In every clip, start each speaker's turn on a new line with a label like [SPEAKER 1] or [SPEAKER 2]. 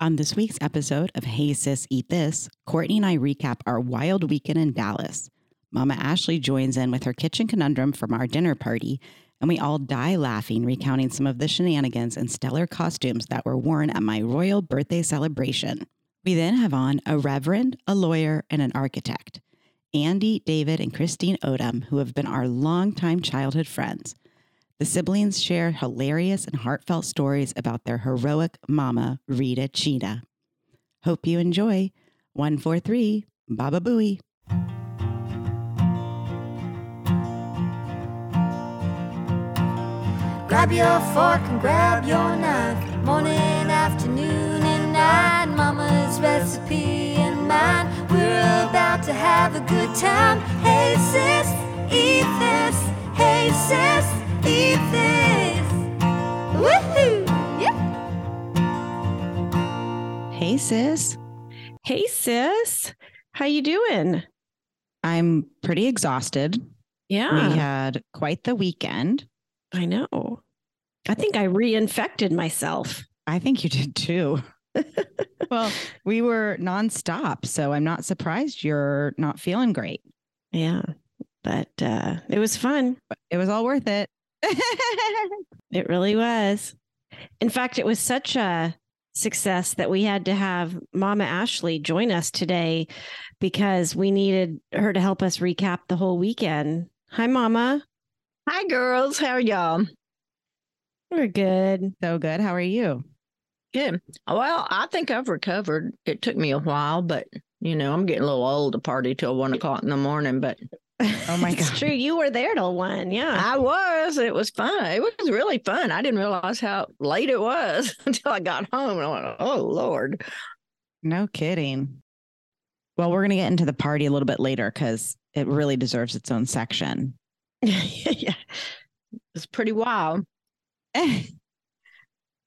[SPEAKER 1] On this week's episode of Hey Sis Eat This, Courtney and I recap our wild weekend in Dallas. Mama Ashley joins in with her kitchen conundrum from our dinner party, and we all die laughing, recounting some of the shenanigans and stellar costumes that were worn at my royal birthday celebration. We then have on a reverend, a lawyer, and an architect Andy, David, and Christine Odom, who have been our longtime childhood friends. The siblings share hilarious and heartfelt stories about their heroic mama, Rita Cheetah. Hope you enjoy 143 Baba Booey.
[SPEAKER 2] Grab your fork and grab your knife. Morning, afternoon, and night. Mama's recipe and mine. We're about to have a good time. Hey sis, eat this. Hey sis, eat this. Woohoo! Yeah.
[SPEAKER 1] Hey, sis.
[SPEAKER 3] Hey sis, how you doing?
[SPEAKER 1] I'm pretty exhausted.
[SPEAKER 3] Yeah,
[SPEAKER 1] We had quite the weekend.
[SPEAKER 3] I know. I think I reinfected myself.
[SPEAKER 1] I think you did too. well, we were nonstop, so I'm not surprised you're not feeling great.
[SPEAKER 3] Yeah, but uh, it was fun.
[SPEAKER 1] It was all worth it.
[SPEAKER 3] It really was. In fact, it was such a success that we had to have Mama Ashley join us today because we needed her to help us recap the whole weekend. Hi, Mama.
[SPEAKER 4] Hi, girls. How are y'all?
[SPEAKER 3] We're good.
[SPEAKER 1] so good. How are you?
[SPEAKER 4] Good. Well, I think I've recovered. It took me a while, but you know, I'm getting a little old to party till one o'clock in the morning. But
[SPEAKER 1] Oh my
[SPEAKER 3] it's
[SPEAKER 1] God.
[SPEAKER 3] true. You were there till one. Yeah.
[SPEAKER 4] I was. It was fun. It was really fun. I didn't realize how late it was until I got home. And I went, "Oh Lord."
[SPEAKER 1] No kidding. Well, we're going to get into the party a little bit later because it really deserves its own section.
[SPEAKER 3] yeah.
[SPEAKER 4] It's pretty wild.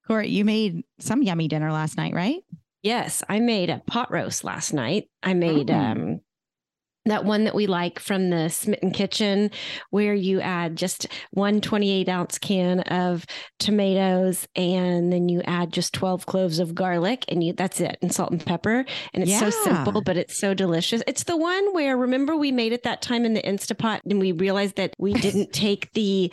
[SPEAKER 1] Court, you made some yummy dinner last night, right?
[SPEAKER 3] Yes, I made a pot roast last night. I made
[SPEAKER 1] Oh.
[SPEAKER 3] um that one that we like from the Smitten Kitchen, where you add just one 28 ounce can of tomatoes and then you add just 12 cloves of garlic and you that's it and salt and pepper. And it's so
[SPEAKER 1] Yeah.
[SPEAKER 3] simple, but it's so delicious. It's the one where remember we made it that time in the Instapot and we realized that we didn't take the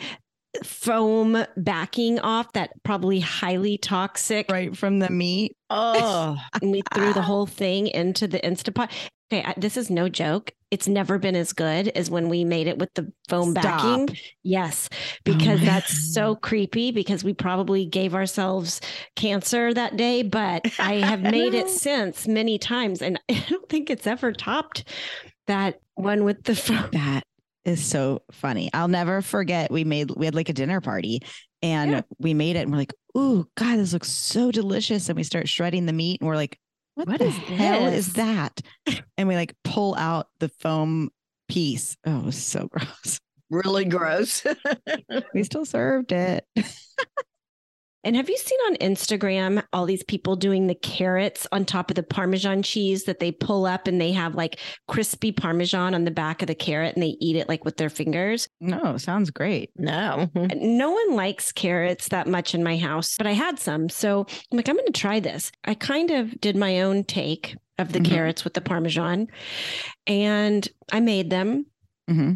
[SPEAKER 3] foam backing off that probably highly toxic
[SPEAKER 1] Right from the meat.
[SPEAKER 4] Oh,
[SPEAKER 3] and we threw the whole thing into the Instapot. Okay, I, this is no joke. It's never been as good as when we made it with the foam
[SPEAKER 1] Stop.
[SPEAKER 3] backing. Yes,
[SPEAKER 1] Oh
[SPEAKER 3] because
[SPEAKER 1] my
[SPEAKER 3] that's so creepy because we probably gave ourselves cancer that day, but I have made it
[SPEAKER 1] No.
[SPEAKER 3] since many times and I don't think it's ever topped that one with the foam.
[SPEAKER 1] That is so funny. I'll never forget. We made, we had like a dinner party and
[SPEAKER 3] Yeah.
[SPEAKER 1] we made it and we're like, ooh, God, this looks so delicious. And we start shredding the meat and we're like, what,
[SPEAKER 3] What
[SPEAKER 1] the
[SPEAKER 3] is
[SPEAKER 1] hell is
[SPEAKER 3] this?
[SPEAKER 1] that? And we like pull out the foam piece. Oh, it was so gross.
[SPEAKER 4] really gross.
[SPEAKER 1] We still served it.
[SPEAKER 3] And have you seen on Instagram all these people doing the carrots on top of the Parmesan cheese that they pull up and they have like crispy Parmesan on the back of the carrot and they eat it like with their fingers?
[SPEAKER 1] No, sounds great.
[SPEAKER 4] no.
[SPEAKER 3] No one likes carrots that much in my house, but I had some. So I'm like, I'm going to try this. I kind of did my own take of the
[SPEAKER 1] Mhm.
[SPEAKER 3] carrots with the Parmesan and I made them.
[SPEAKER 1] hmm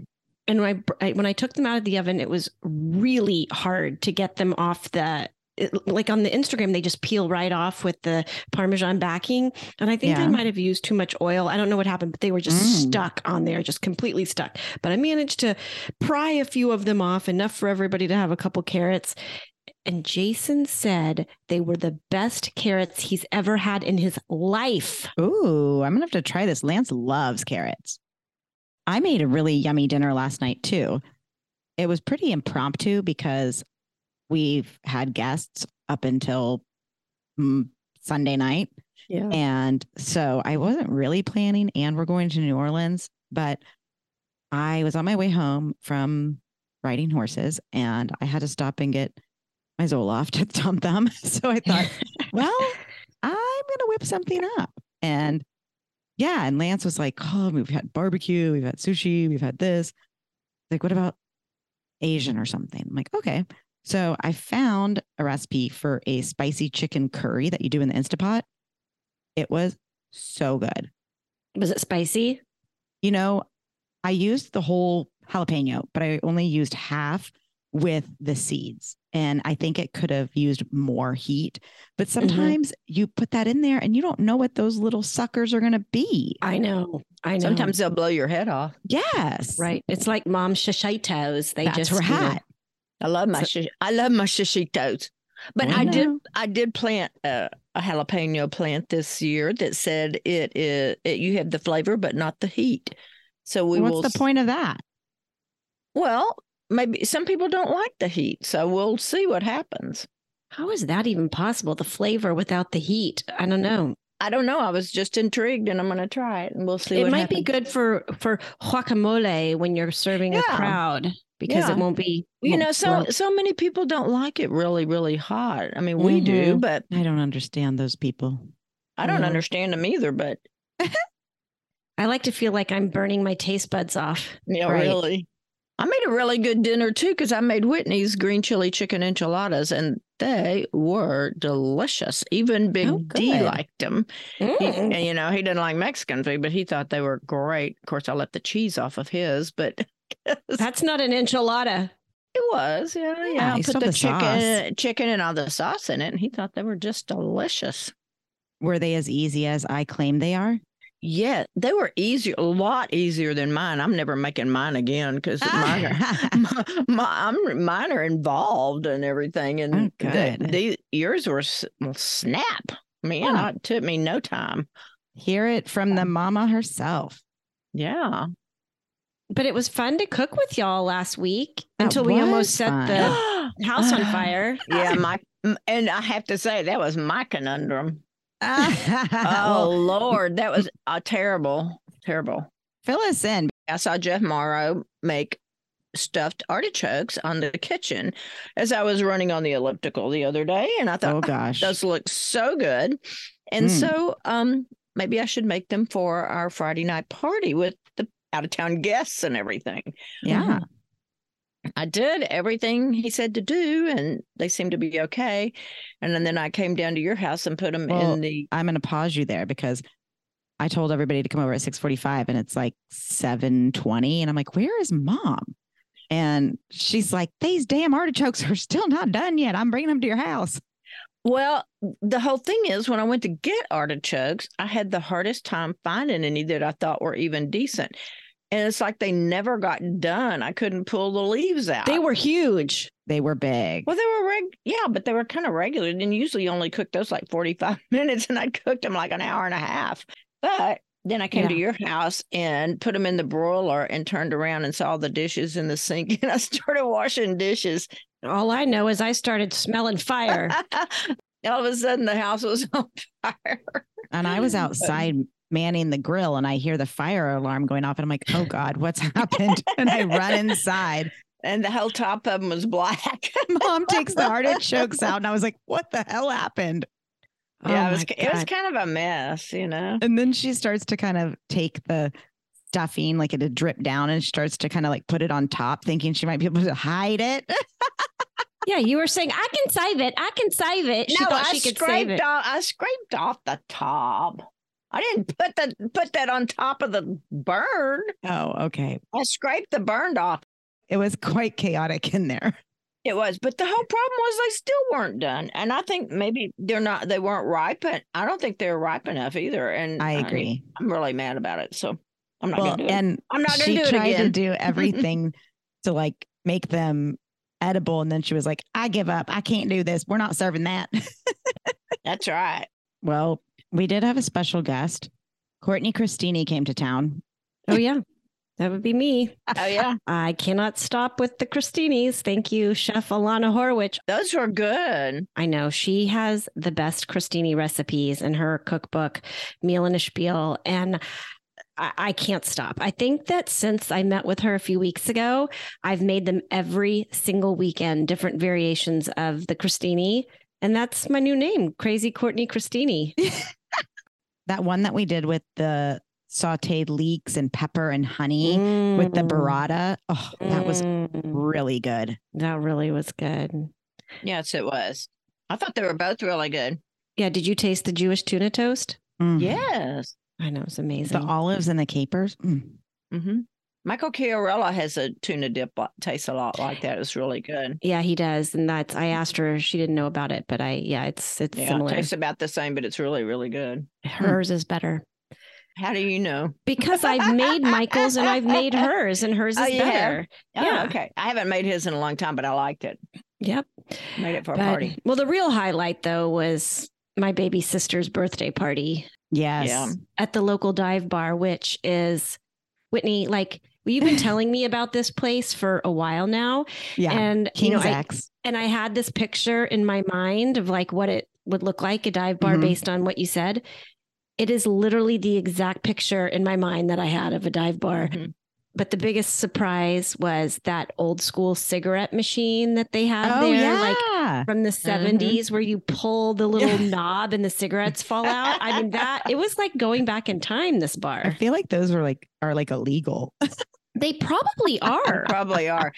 [SPEAKER 3] and when I, br- I when I took them out of the oven, it was really hard to get them off the it- like on the Instagram they just peel right off with the parmesan backing and I think
[SPEAKER 1] Yeah.
[SPEAKER 3] I might have used too much oil. I don't know what happened, but they were just
[SPEAKER 1] Mm.
[SPEAKER 3] stuck on there, just completely stuck. But I managed to pry a few of them off enough for everybody to have a couple carrots. And Jason said they were the best carrots he's ever had in his life.
[SPEAKER 1] Ooh, I'm gonna have to try this. Lance loves carrots. I made a really yummy dinner last night too. It was pretty impromptu because we've had guests up until mm, Sunday night.
[SPEAKER 3] Yeah.
[SPEAKER 1] And so I wasn't really planning, and we're going to New Orleans, but I was on my way home from riding horses and I had to stop and get my Zoloft at Tom Thumb. So I thought, well, I'm going to whip something up. And yeah, and Lance was like, oh, we've had barbecue, we've had sushi, we've had this. Like, what about Asian or something? I'm like, okay. So I found a recipe for a spicy chicken curry that you do in the Instapot It was so good.
[SPEAKER 3] Was it spicy?
[SPEAKER 1] You know, I used the whole jalapeno, but I only used half with the seeds. And I think it could have used more heat. But sometimes you put that in there and you don't know what those little suckers are going to be.
[SPEAKER 3] I know. I know.
[SPEAKER 4] Sometimes they'll blow your head off.
[SPEAKER 1] Yes.
[SPEAKER 3] right. It's like mom shishitos. They
[SPEAKER 1] That's
[SPEAKER 3] just you know,
[SPEAKER 1] right.
[SPEAKER 4] I love my shish- I love my shishitos. But
[SPEAKER 1] I
[SPEAKER 4] I did
[SPEAKER 1] know.
[SPEAKER 4] I did plant a, a jalapeno plant this year that said it is it, you have the flavor but not the heat. So we will
[SPEAKER 1] What's
[SPEAKER 4] s-
[SPEAKER 1] the point of that?
[SPEAKER 4] Well, maybe some people don't like the heat, so we'll see what happens.
[SPEAKER 3] How is that even possible? The flavor without the heat. I don't know.
[SPEAKER 4] I don't know. I was just intrigued, and I'm going to try it, and we'll see.
[SPEAKER 3] it
[SPEAKER 4] what
[SPEAKER 3] might be
[SPEAKER 4] happens.
[SPEAKER 3] good for for guacamole when you're serving a
[SPEAKER 4] Yeah.
[SPEAKER 3] crowd because
[SPEAKER 4] Yeah.
[SPEAKER 3] it won't be.
[SPEAKER 4] You
[SPEAKER 3] won't
[SPEAKER 4] know, so
[SPEAKER 3] float.
[SPEAKER 4] so many people don't like it really, really hot. I mean, we do,
[SPEAKER 3] Mm-hmm.
[SPEAKER 1] Mhm.
[SPEAKER 4] but
[SPEAKER 1] I don't understand those people.
[SPEAKER 4] I don't
[SPEAKER 3] Mhm.
[SPEAKER 4] understand them either. But
[SPEAKER 3] I like to feel like I'm burning my taste buds off.
[SPEAKER 4] you know,
[SPEAKER 3] Right.
[SPEAKER 4] really, I made a really good dinner too because I made Whitney's green chili chicken enchiladas, and they were delicious. Even Big
[SPEAKER 1] Oh,
[SPEAKER 4] D
[SPEAKER 1] good.
[SPEAKER 4] liked them. He,
[SPEAKER 3] Mm.
[SPEAKER 4] and, you know, he didn't like Mexican food, but he thought they were great. Of course, I left the cheese off of his, but it
[SPEAKER 3] That's not an enchilada.
[SPEAKER 4] was, yeah, yeah.
[SPEAKER 1] Yeah,
[SPEAKER 4] I
[SPEAKER 1] you
[SPEAKER 4] put
[SPEAKER 1] still
[SPEAKER 4] the,
[SPEAKER 1] have the
[SPEAKER 4] chicken, chicken, and all the sauce in it, and he thought they were just delicious.
[SPEAKER 1] Were they as easy as I claim they are?
[SPEAKER 4] Yeah, they were easier, a lot easier than mine. I'm never making mine again because mine, are, my, my, I'm, mine are involved and everything. And
[SPEAKER 1] Oh,
[SPEAKER 4] the-
[SPEAKER 1] good.
[SPEAKER 4] the- yours were s- well, snap. Man,
[SPEAKER 1] Huh.
[SPEAKER 4] it took me no time.
[SPEAKER 1] Hear it from the mama herself.
[SPEAKER 4] Yeah.
[SPEAKER 3] But it was fun to cook with y'all last week
[SPEAKER 1] That
[SPEAKER 3] until we almost
[SPEAKER 1] was
[SPEAKER 3] set
[SPEAKER 1] fun.
[SPEAKER 3] the house on fire.
[SPEAKER 4] yeah, my m- and I have to say that was my conundrum. Oh
[SPEAKER 1] oh,
[SPEAKER 4] Lord, that was uh, terrible, terrible.
[SPEAKER 1] fill us in.
[SPEAKER 4] I saw Jeff Morrow make stuffed artichokes on the kitchen as I was running on the elliptical the other day, and I thought
[SPEAKER 1] Oh gosh.
[SPEAKER 4] those look so good, and
[SPEAKER 1] Mm.
[SPEAKER 4] so um maybe I should make them for our Friday night party with the out of town guests and everything.
[SPEAKER 1] yeah.
[SPEAKER 4] I did everything he said to do, and they seemed to be okay. And then, then I came down to your house and put them
[SPEAKER 1] Well,
[SPEAKER 4] in the.
[SPEAKER 1] I'm gonna pause you there because I told everybody to come over at 6:45 and it's like 7:20 and I'm like, "Where is mom?" And she's like, "These damn artichokes are still not done yet. I'm bringing them to your house."
[SPEAKER 4] Well, the whole thing is when I went to get artichokes, I had the hardest time finding any that I thought were even decent. And it's like they never got done. I couldn't pull the leaves out.
[SPEAKER 3] They were huge.
[SPEAKER 1] They were big.
[SPEAKER 4] Well, they were reg, yeah, but they were kind of regular. And usually you only cooked those like 45 minutes, and I cooked them like an hour and a half. But then I came to your house and put them in the broiler and turned around and saw the dishes in the sink, and I started washing dishes.
[SPEAKER 3] All I know is I started smelling fire.
[SPEAKER 4] All of a sudden, the house was on fire.
[SPEAKER 1] And I was
[SPEAKER 4] But-
[SPEAKER 1] outside manning the grill and I hear the fire alarm going off and I'm like, oh God, what's happened? and I run inside.
[SPEAKER 4] And the whole top of them was black.
[SPEAKER 1] Mom takes the artichokes out. And I was like, what the hell happened?
[SPEAKER 4] yeah,
[SPEAKER 3] Oh
[SPEAKER 4] it was,
[SPEAKER 3] my
[SPEAKER 4] it was
[SPEAKER 3] God.
[SPEAKER 4] kind of a mess, you know?
[SPEAKER 1] And then she starts to kind of take the stuffing, like it had dripped down, and she starts to kind of like put it on top, thinking she might be able to hide it.
[SPEAKER 3] Yeah, you were saying I can save it. I can save it. She
[SPEAKER 4] no,
[SPEAKER 3] thought
[SPEAKER 4] I
[SPEAKER 3] she could
[SPEAKER 4] scraped
[SPEAKER 3] save it.
[SPEAKER 4] off. I scraped off the top. I didn't put the put that on top of the burn.
[SPEAKER 1] oh, okay.
[SPEAKER 4] I scraped the burned off.
[SPEAKER 1] It was quite chaotic in there.
[SPEAKER 4] It was, but the whole problem was they still weren't done, and I think maybe they're not. They weren't ripe, and I don't think they're ripe enough either. And
[SPEAKER 1] I agree.
[SPEAKER 4] I'm really mad about it. So I'm not
[SPEAKER 1] Well,
[SPEAKER 4] gonna do it.
[SPEAKER 1] and
[SPEAKER 4] I'm not gonna
[SPEAKER 1] she
[SPEAKER 4] do it
[SPEAKER 1] tried to
[SPEAKER 4] again.
[SPEAKER 1] do everything to like make them edible. And then she was like, I give up. I can't do this. We're not serving that.
[SPEAKER 4] That's right.
[SPEAKER 1] Well, we did have a special guest. Courtney Christini came to town.
[SPEAKER 3] Oh yeah. That would be me.
[SPEAKER 4] Oh yeah,
[SPEAKER 3] I cannot stop with the Christinis. Thank you, Chef Alana Horwich.
[SPEAKER 4] those were good.
[SPEAKER 3] I know she has the best Christini recipes in her cookbook, Meal and a Spiel. And I, I can't stop. I think that since I met with her a few weeks ago, I've made them every single weekend, different variations of the Christini. And that's my new name, Crazy Courtney Christini.
[SPEAKER 1] That one that we did with the sauteed leeks and pepper and honey with the
[SPEAKER 3] Mm.
[SPEAKER 1] burrata. Oh, that was
[SPEAKER 3] Mm.
[SPEAKER 1] really good.
[SPEAKER 3] that really was good.
[SPEAKER 4] Yes, it was. I thought they were both really good.
[SPEAKER 3] Yeah. Did you taste the Jewish tuna toast?
[SPEAKER 1] Mm.
[SPEAKER 4] Yes.
[SPEAKER 3] I know it's
[SPEAKER 1] The
[SPEAKER 3] amazing.
[SPEAKER 1] olives and the capers. Mm.
[SPEAKER 4] hmm Michael Chiarella has a tuna dip that tastes a lot like that. It's really good.
[SPEAKER 3] yeah, he does, and that's. I asked her; she didn't know about it, but I. Yeah, it's it's
[SPEAKER 4] Mm. Yeah, it
[SPEAKER 3] similar.
[SPEAKER 4] tastes about the same, but it's really, really good. Hmm.
[SPEAKER 3] Hers is better
[SPEAKER 4] How do you know?
[SPEAKER 3] because I've made Michael's and I've made hers, and hers is
[SPEAKER 4] Oh, you have?
[SPEAKER 3] better.
[SPEAKER 4] Oh,
[SPEAKER 3] Yeah.
[SPEAKER 4] okay. I haven't made his in a long time, but I liked it.
[SPEAKER 3] Yep.
[SPEAKER 4] Made it for a
[SPEAKER 3] But-
[SPEAKER 4] party.
[SPEAKER 3] Well, the real highlight though was my baby sister's birthday party
[SPEAKER 1] Yes.
[SPEAKER 4] Yeah.
[SPEAKER 3] at the local dive bar, which is Whitney. Like you've been telling me about this place for a while now,
[SPEAKER 1] Yeah.
[SPEAKER 3] and
[SPEAKER 1] King
[SPEAKER 3] you know, I,
[SPEAKER 1] Zack's.
[SPEAKER 3] and I had this picture in my mind of like what it would look like a dive bar
[SPEAKER 1] Mhm.
[SPEAKER 3] based on what you said. It is literally the exact picture in my mind that I had of a dive bar.
[SPEAKER 4] Mhm.
[SPEAKER 3] But the biggest surprise was that old school cigarette machine that they had
[SPEAKER 1] oh,
[SPEAKER 3] there,
[SPEAKER 1] yeah. Mm-hmm.
[SPEAKER 3] like from the 70s where you pull the little knob and the cigarettes fall out. I mean that it was like going back in time this
[SPEAKER 1] I
[SPEAKER 3] bar.
[SPEAKER 1] feel like those were like are like illegal.
[SPEAKER 3] They probably are.
[SPEAKER 4] Probably are.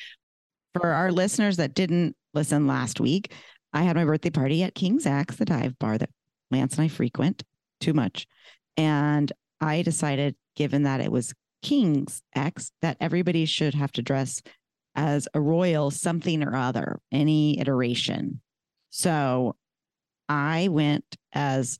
[SPEAKER 1] For our listeners that didn't listen last week, I had my birthday party at King Zach's, the dive bar that Lance and I frequent too much. And I decided, given that it was King's X, that everybody should have to dress as a royal something or other, any iteration. So I went as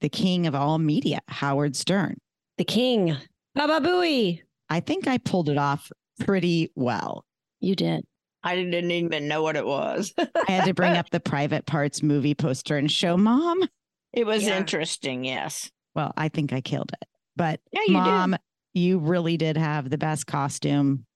[SPEAKER 1] the king of all media, Howard Stern.
[SPEAKER 3] The king. Baba Booey.
[SPEAKER 1] I think I pulled it off pretty well.
[SPEAKER 3] You did.
[SPEAKER 4] I didn't even know what it was.
[SPEAKER 1] I had to bring up the private parts movie poster and show mom.
[SPEAKER 4] It was
[SPEAKER 3] Yeah.
[SPEAKER 4] interesting. Yes.
[SPEAKER 1] Well, I think I killed it. But
[SPEAKER 4] Yeah, you
[SPEAKER 1] mom, you really did have the best costume.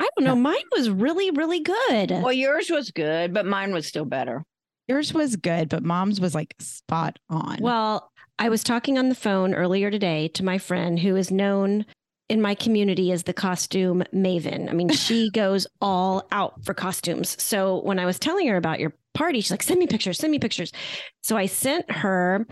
[SPEAKER 3] I don't know. Mine was really, really good.
[SPEAKER 4] did. Well, yours was good, but mine was still better.
[SPEAKER 1] Yours was good, but mom's was like spot on.
[SPEAKER 3] Well, I was talking on the phone earlier today to my friend who is known in my community as the costume maven. I mean, she goes all out for costumes. So when I was telling her about your party, she's like, "Send me pictures, send me pictures." So I sent her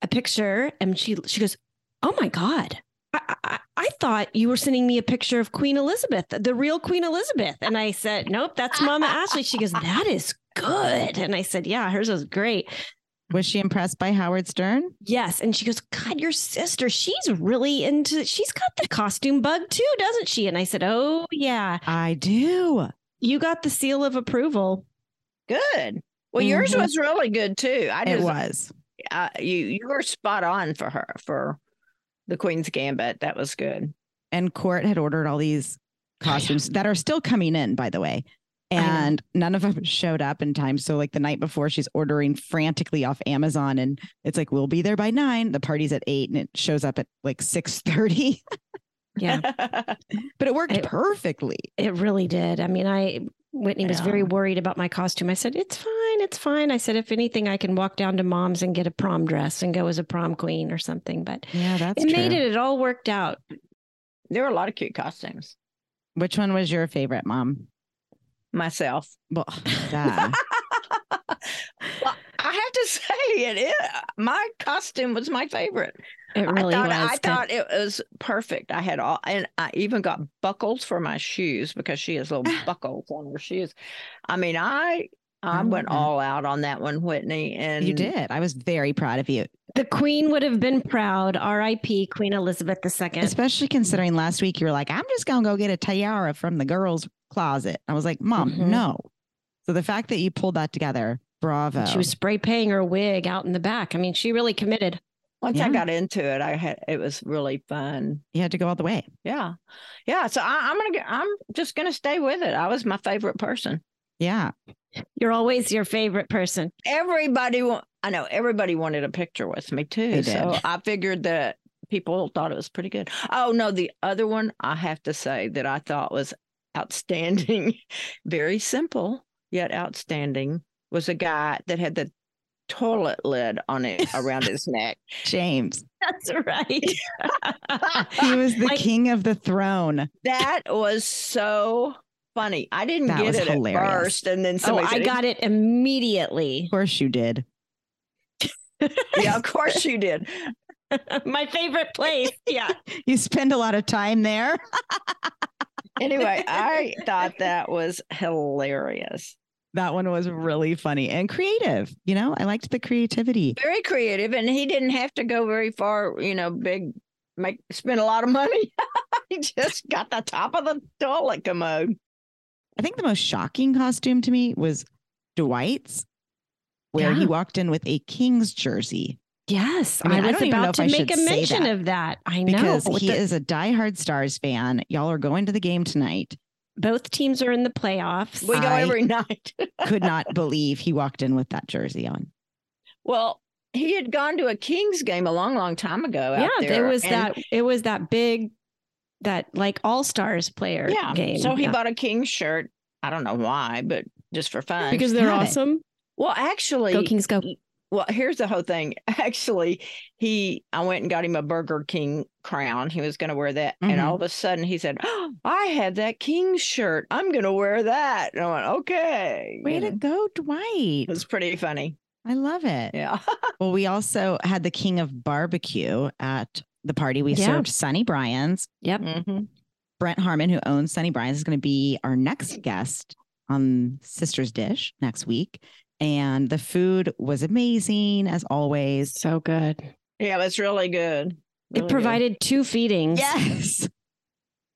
[SPEAKER 3] a picture, and she she goes, "Oh my god." I, I, I thought you were sending me a picture of Queen Elizabeth, the real Queen Elizabeth. And I said, Nope, that's Mama Ashley. She goes, That is good. And I said, Yeah, hers was great.
[SPEAKER 1] was she impressed by Howard Stern?
[SPEAKER 3] Yes. And she goes, God, your sister, she's really into, she's got the costume bug too, doesn't she? And I said, Oh, yeah.
[SPEAKER 1] I do.
[SPEAKER 3] You got the seal of approval.
[SPEAKER 4] Good. Well, yours
[SPEAKER 3] Mm-hmm.
[SPEAKER 1] Mhm.
[SPEAKER 4] was really good too. I
[SPEAKER 1] It
[SPEAKER 4] just,
[SPEAKER 1] was.
[SPEAKER 4] uh, you you were spot on for her for the Queen's Gambit. That was good.
[SPEAKER 1] And Court had ordered all these costumes that are still coming in, by the way.
[SPEAKER 3] I know.
[SPEAKER 1] And none of them showed up in time. So, like the night before, she's ordering frantically off Amazon, and it's like we'll be there by nine. The party's at eight, and it shows up at like six thirty.
[SPEAKER 3] Yeah.
[SPEAKER 1] but it worked
[SPEAKER 3] It-
[SPEAKER 1] perfectly.
[SPEAKER 3] it really did. I mean, I, Whitney was
[SPEAKER 4] Yeah.
[SPEAKER 3] very worried about my costume. I said, It's fine. It's fine. I said, If anything, I can walk down to mom's and get a prom dress and go as a prom queen or something. But
[SPEAKER 1] Yeah, that's
[SPEAKER 3] it made it, it all worked out.
[SPEAKER 4] there were a lot of cute costumes.
[SPEAKER 1] Which one was your favorite, mom?
[SPEAKER 4] Myself,
[SPEAKER 1] Well, duh.
[SPEAKER 4] well, I have to say it is my costume was my favorite.
[SPEAKER 3] It really
[SPEAKER 4] I thought,
[SPEAKER 3] was.
[SPEAKER 4] I
[SPEAKER 3] good.
[SPEAKER 4] thought it was perfect. I had all, and I even got buckles for my shoes because she has little buckles on her shoes. I mean, I I
[SPEAKER 1] I
[SPEAKER 4] went
[SPEAKER 1] love that.
[SPEAKER 4] all out on that one, Whitney, and
[SPEAKER 1] Oh, you did. I was very proud of you,
[SPEAKER 3] the queen would have been proud. R.I.P. Queen Elizabeth II.
[SPEAKER 1] especially considering last week you were like, "I'm just gonna go get a tiara from the girls' closet." I was like, "Mom,
[SPEAKER 3] Mhm.
[SPEAKER 1] no." So the fact that you pulled that together, bravo!
[SPEAKER 3] She was spray painting her wig out in the back. I mean, she really committed.
[SPEAKER 4] Once I
[SPEAKER 1] Yeah.
[SPEAKER 4] got into it, I had it was really fun.
[SPEAKER 1] you had to go all the way.
[SPEAKER 4] Yeah, yeah. So I, I'm gonna get. I'm just gonna stay with it. I was my favorite person.
[SPEAKER 1] Yeah,
[SPEAKER 3] You're always your favorite person.
[SPEAKER 4] Everybody, wa- I know everybody wanted a picture with me too.
[SPEAKER 1] They
[SPEAKER 4] So
[SPEAKER 1] did.
[SPEAKER 4] I figured that people thought it was pretty good. Oh no, the other one I have to say that I thought was outstanding, very simple yet outstanding, was a guy that had the toilet lid on it around his neck.
[SPEAKER 1] James.
[SPEAKER 3] That's right.
[SPEAKER 1] He was the
[SPEAKER 3] Like-
[SPEAKER 1] king of the throne.
[SPEAKER 4] That was so funny. I didn't
[SPEAKER 1] That
[SPEAKER 4] get
[SPEAKER 1] was
[SPEAKER 4] it
[SPEAKER 1] hilarious.
[SPEAKER 4] at first, and then
[SPEAKER 3] oh,
[SPEAKER 4] somebody
[SPEAKER 3] I
[SPEAKER 4] said,
[SPEAKER 3] got it immediately.
[SPEAKER 1] Of course, you did.
[SPEAKER 4] "Yeah, of course you did."
[SPEAKER 3] My favorite place. Yeah.
[SPEAKER 1] You spend a lot of time there.
[SPEAKER 4] Anyway, I thought that was hilarious.
[SPEAKER 1] That one was really funny and creative. You know, I liked the creativity.
[SPEAKER 4] Very creative, and he didn't have to go very far. You know, big make spend a lot of money. he just got the top of the toilet commode.
[SPEAKER 1] I think the most shocking costume to me was Dwight's, where he
[SPEAKER 3] Yeah.
[SPEAKER 1] walked in with a King's jersey
[SPEAKER 3] Yes,
[SPEAKER 1] I
[SPEAKER 3] I,
[SPEAKER 1] mean, I
[SPEAKER 3] was
[SPEAKER 1] don't even know
[SPEAKER 3] about
[SPEAKER 1] if
[SPEAKER 3] to
[SPEAKER 1] I
[SPEAKER 3] make
[SPEAKER 1] should
[SPEAKER 3] a
[SPEAKER 1] say
[SPEAKER 3] mention
[SPEAKER 1] that.
[SPEAKER 3] of that. I know
[SPEAKER 1] because
[SPEAKER 3] with
[SPEAKER 1] he
[SPEAKER 3] the-
[SPEAKER 1] is a diehard Stars fan. Y'all are going to the game tonight.
[SPEAKER 3] both teams are in the playoffs.
[SPEAKER 4] We go
[SPEAKER 1] I-
[SPEAKER 4] every night.
[SPEAKER 1] Could not believe he walked in with that jersey on.
[SPEAKER 4] Well, he had gone to a Kings game a long, long time ago.
[SPEAKER 3] yeah,
[SPEAKER 4] out there,
[SPEAKER 3] there was
[SPEAKER 4] and-
[SPEAKER 3] that. It was that big, that like all stars player
[SPEAKER 4] Yeah.
[SPEAKER 3] game.
[SPEAKER 4] So he
[SPEAKER 3] Yeah.
[SPEAKER 4] bought a Kings shirt. I don't know why, but just for fun.
[SPEAKER 3] because they're
[SPEAKER 1] Had it.
[SPEAKER 3] awesome.
[SPEAKER 4] well, actually,
[SPEAKER 3] Go Kings, go!
[SPEAKER 4] well, here's the whole thing. Actually, he I went and got him a Burger King crown. He was going to wear that, and
[SPEAKER 1] Mhm.
[SPEAKER 3] Mm-hmm.
[SPEAKER 4] all of a sudden he said, oh, "I have that King's shirt. I'm going to wear that." And I went, "Okay."
[SPEAKER 1] Way
[SPEAKER 4] you
[SPEAKER 1] to
[SPEAKER 4] know.
[SPEAKER 1] go, Dwight.
[SPEAKER 4] It was pretty funny.
[SPEAKER 1] I love it.
[SPEAKER 4] Yeah.
[SPEAKER 1] Well, we also had the king of barbecue at the party. We
[SPEAKER 3] Yeah.
[SPEAKER 1] served Sonny Bryan's.
[SPEAKER 3] Yep.
[SPEAKER 4] Mhm.
[SPEAKER 1] Brent Harmon, who owns Sonny Bryan's, is going to be our next guest on Sister's Dish next week. And the food was amazing, as always.
[SPEAKER 3] So good.
[SPEAKER 4] Yeah, that's really good. Really
[SPEAKER 3] it
[SPEAKER 4] good.
[SPEAKER 3] provided two feedings.
[SPEAKER 1] Yes.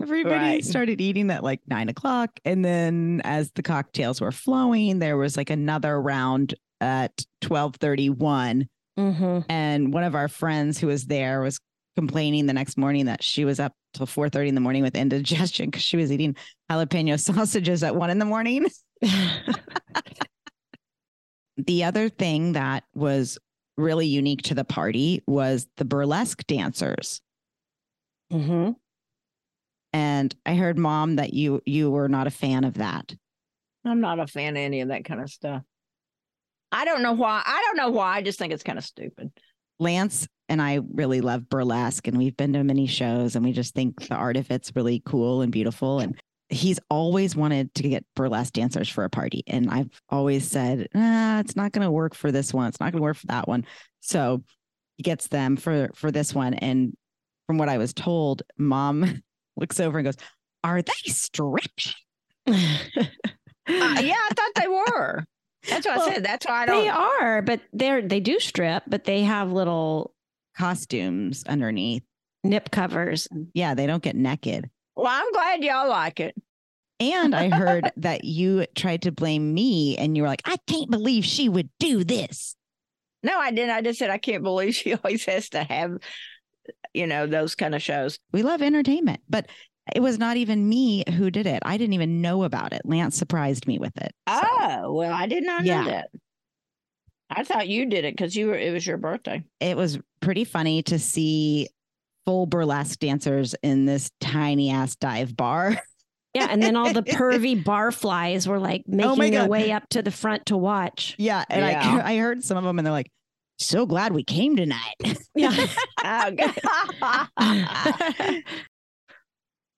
[SPEAKER 1] Everybody
[SPEAKER 4] Right.
[SPEAKER 1] started eating at like nine o'clock. And then as the cocktails were flowing, there was like another round at 1231.
[SPEAKER 3] hmm
[SPEAKER 1] and one of our friends who was there was complaining the next morning that she was up till 4.30 in the morning with indigestion because she was eating jalapeno sausages at 1 in the morning the other thing that was really unique to the party was the burlesque dancers
[SPEAKER 3] hmm
[SPEAKER 1] and i heard mom that you you were not a fan of that
[SPEAKER 4] I'm not a fan of any of that kind of stuff. I don't know why. I don't know why. I just think it's kind of stupid.
[SPEAKER 1] lance and i really love burlesque and we've been to many shows and we just think the art of it's really cool and beautiful and he's always wanted to get burlesque dancers for a party. And I've always said, nah, it's not going to work for this one. It's not going to work for that one. So he gets them for, for this one. And from what I was told, mom looks over and goes, are they stripping?
[SPEAKER 4] Uh, yeah, I thought they were. That's what
[SPEAKER 3] Well,
[SPEAKER 4] I said. That's why I don't.
[SPEAKER 3] they are, but they're they do strip, but they have little
[SPEAKER 1] Costumes underneath.
[SPEAKER 3] nip covers.
[SPEAKER 1] Yeah, they don't get naked.
[SPEAKER 4] Well, I'm glad y'all like it.
[SPEAKER 1] And I heard that you tried to blame me and you were like, I can't believe she would do this.
[SPEAKER 4] No, I didn't. I just said I can't believe she always has to have, you know, those kind of shows.
[SPEAKER 1] we love entertainment but it was not even me who did it i didn't even know about it lance surprised me with it So,
[SPEAKER 4] Oh well, I did not
[SPEAKER 1] Yeah.
[SPEAKER 4] know that. I thought you did it because you were. It was your birthday.
[SPEAKER 1] it was pretty funny to see full burlesque dancers in this tiny ass dive bar
[SPEAKER 3] Yeah, and then all the pervy barflies were like
[SPEAKER 1] Oh my
[SPEAKER 3] making their
[SPEAKER 1] God.
[SPEAKER 3] way up to the front to watch.
[SPEAKER 1] yeah and
[SPEAKER 4] Yeah.
[SPEAKER 1] I, I heard some of them and they're like so glad we came tonight
[SPEAKER 3] Yeah.
[SPEAKER 4] Oh, God.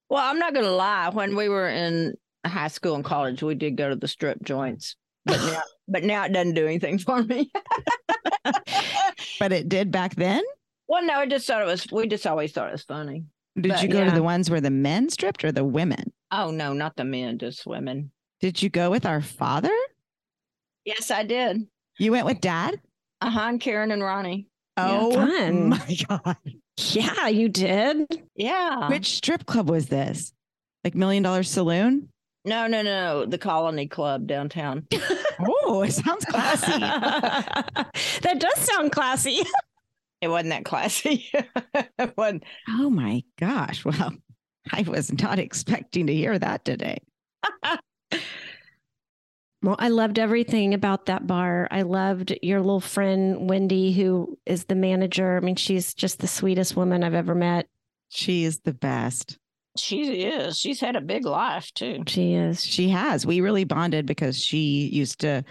[SPEAKER 4] well, I'm not gonna lie. When we were in high school and college, we did go to the strip joints, but now, but now it doesn't do anything for me.
[SPEAKER 1] but it did back then
[SPEAKER 4] well, no, I just thought it was. We just always thought it was funny.
[SPEAKER 1] did
[SPEAKER 4] But
[SPEAKER 1] you go to
[SPEAKER 4] yeah.
[SPEAKER 1] the ones where the men stripped or the women
[SPEAKER 4] Oh no, not the men, just women.
[SPEAKER 1] did you go with our father
[SPEAKER 4] Yes, I did.
[SPEAKER 1] you went with dad
[SPEAKER 4] Uh huh. Karen and Ronnie. Yeah.
[SPEAKER 1] oh
[SPEAKER 3] Fun.
[SPEAKER 1] my god
[SPEAKER 3] yeah, you did.
[SPEAKER 4] Yeah.
[SPEAKER 1] which strip club was this like million dollar saloon
[SPEAKER 4] No, no, no. The Colony Club downtown.
[SPEAKER 1] Oh, it sounds classy.
[SPEAKER 3] that does sound classy.
[SPEAKER 4] It wasn't that classy. it wasn't.
[SPEAKER 1] oh my gosh. Well, I was not expecting to hear that today.
[SPEAKER 3] Well, I loved everything about that bar. I loved your little friend Wendy, who is the manager. I mean, she's just the sweetest woman I've ever met.
[SPEAKER 1] She is the best.
[SPEAKER 4] She is. She's had a big life too.
[SPEAKER 3] She is.
[SPEAKER 1] She has. We really bonded because she used to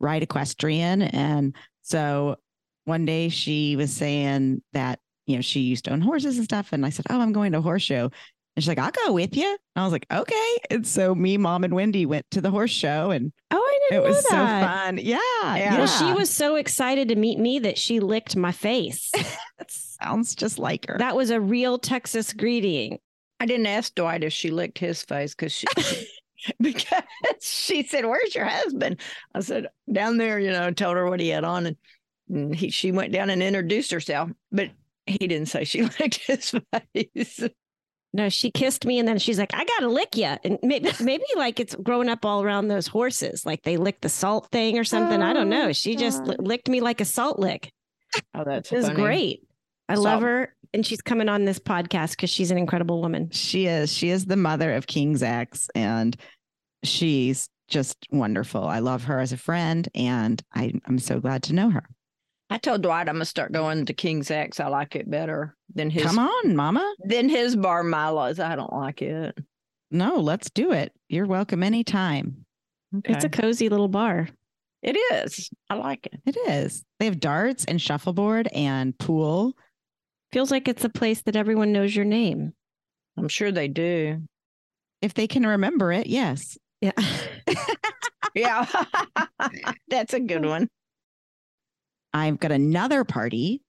[SPEAKER 1] ride equestrian. And so one day she was saying that, you know, she used to own horses and stuff. And I said, Oh, I'm going to a horse show. And she's like, I'll go with you. And I was like, okay. And so me, mom, and Wendy went to the horse show and
[SPEAKER 3] Oh, I
[SPEAKER 1] it
[SPEAKER 3] didn't know
[SPEAKER 1] was so
[SPEAKER 3] that.
[SPEAKER 1] fun. Yeah.
[SPEAKER 4] Yeah.
[SPEAKER 3] Well, she was so excited to meet me that she licked my face.
[SPEAKER 1] that sounds just like her.
[SPEAKER 3] that was a real Texas greeting.
[SPEAKER 4] I didn't ask Dwight if she licked his face because she, she because she said, Where's your husband? I said, Down there, you know, told her what he had on. And, and he, she went down and introduced herself, but he didn't say she liked his face.
[SPEAKER 3] No, she kissed me, and then she's like, "I gotta lick you," and maybe maybe like it's grown up all around those horses, like they lick the salt thing or something. I don't know. She just li- licked me like a salt lick.
[SPEAKER 4] Oh, that's
[SPEAKER 3] It was
[SPEAKER 4] funny.
[SPEAKER 3] great. I
[SPEAKER 4] Salt.
[SPEAKER 3] love her, and she's coming on this podcast because she's an incredible woman.
[SPEAKER 1] She is. She is the mother of King's X, and she's just wonderful. I love her as a friend, and I, I'm so glad to know her.
[SPEAKER 4] I told Dwight I'm gonna start going to King's X. I like it better than his
[SPEAKER 1] Come on, Mama.
[SPEAKER 4] than his bar milas. I don't like it.
[SPEAKER 1] No, let's do it. You're welcome anytime.
[SPEAKER 3] It's a cozy little bar.
[SPEAKER 4] it is. I like it.
[SPEAKER 1] It is. They have darts and shuffleboard and pool.
[SPEAKER 3] Feels like it's a place that everyone knows your name.
[SPEAKER 4] I'm sure they do.
[SPEAKER 1] If they can remember it, yes.
[SPEAKER 3] Yeah.
[SPEAKER 4] Yeah. that's a good one.
[SPEAKER 1] I've got another party.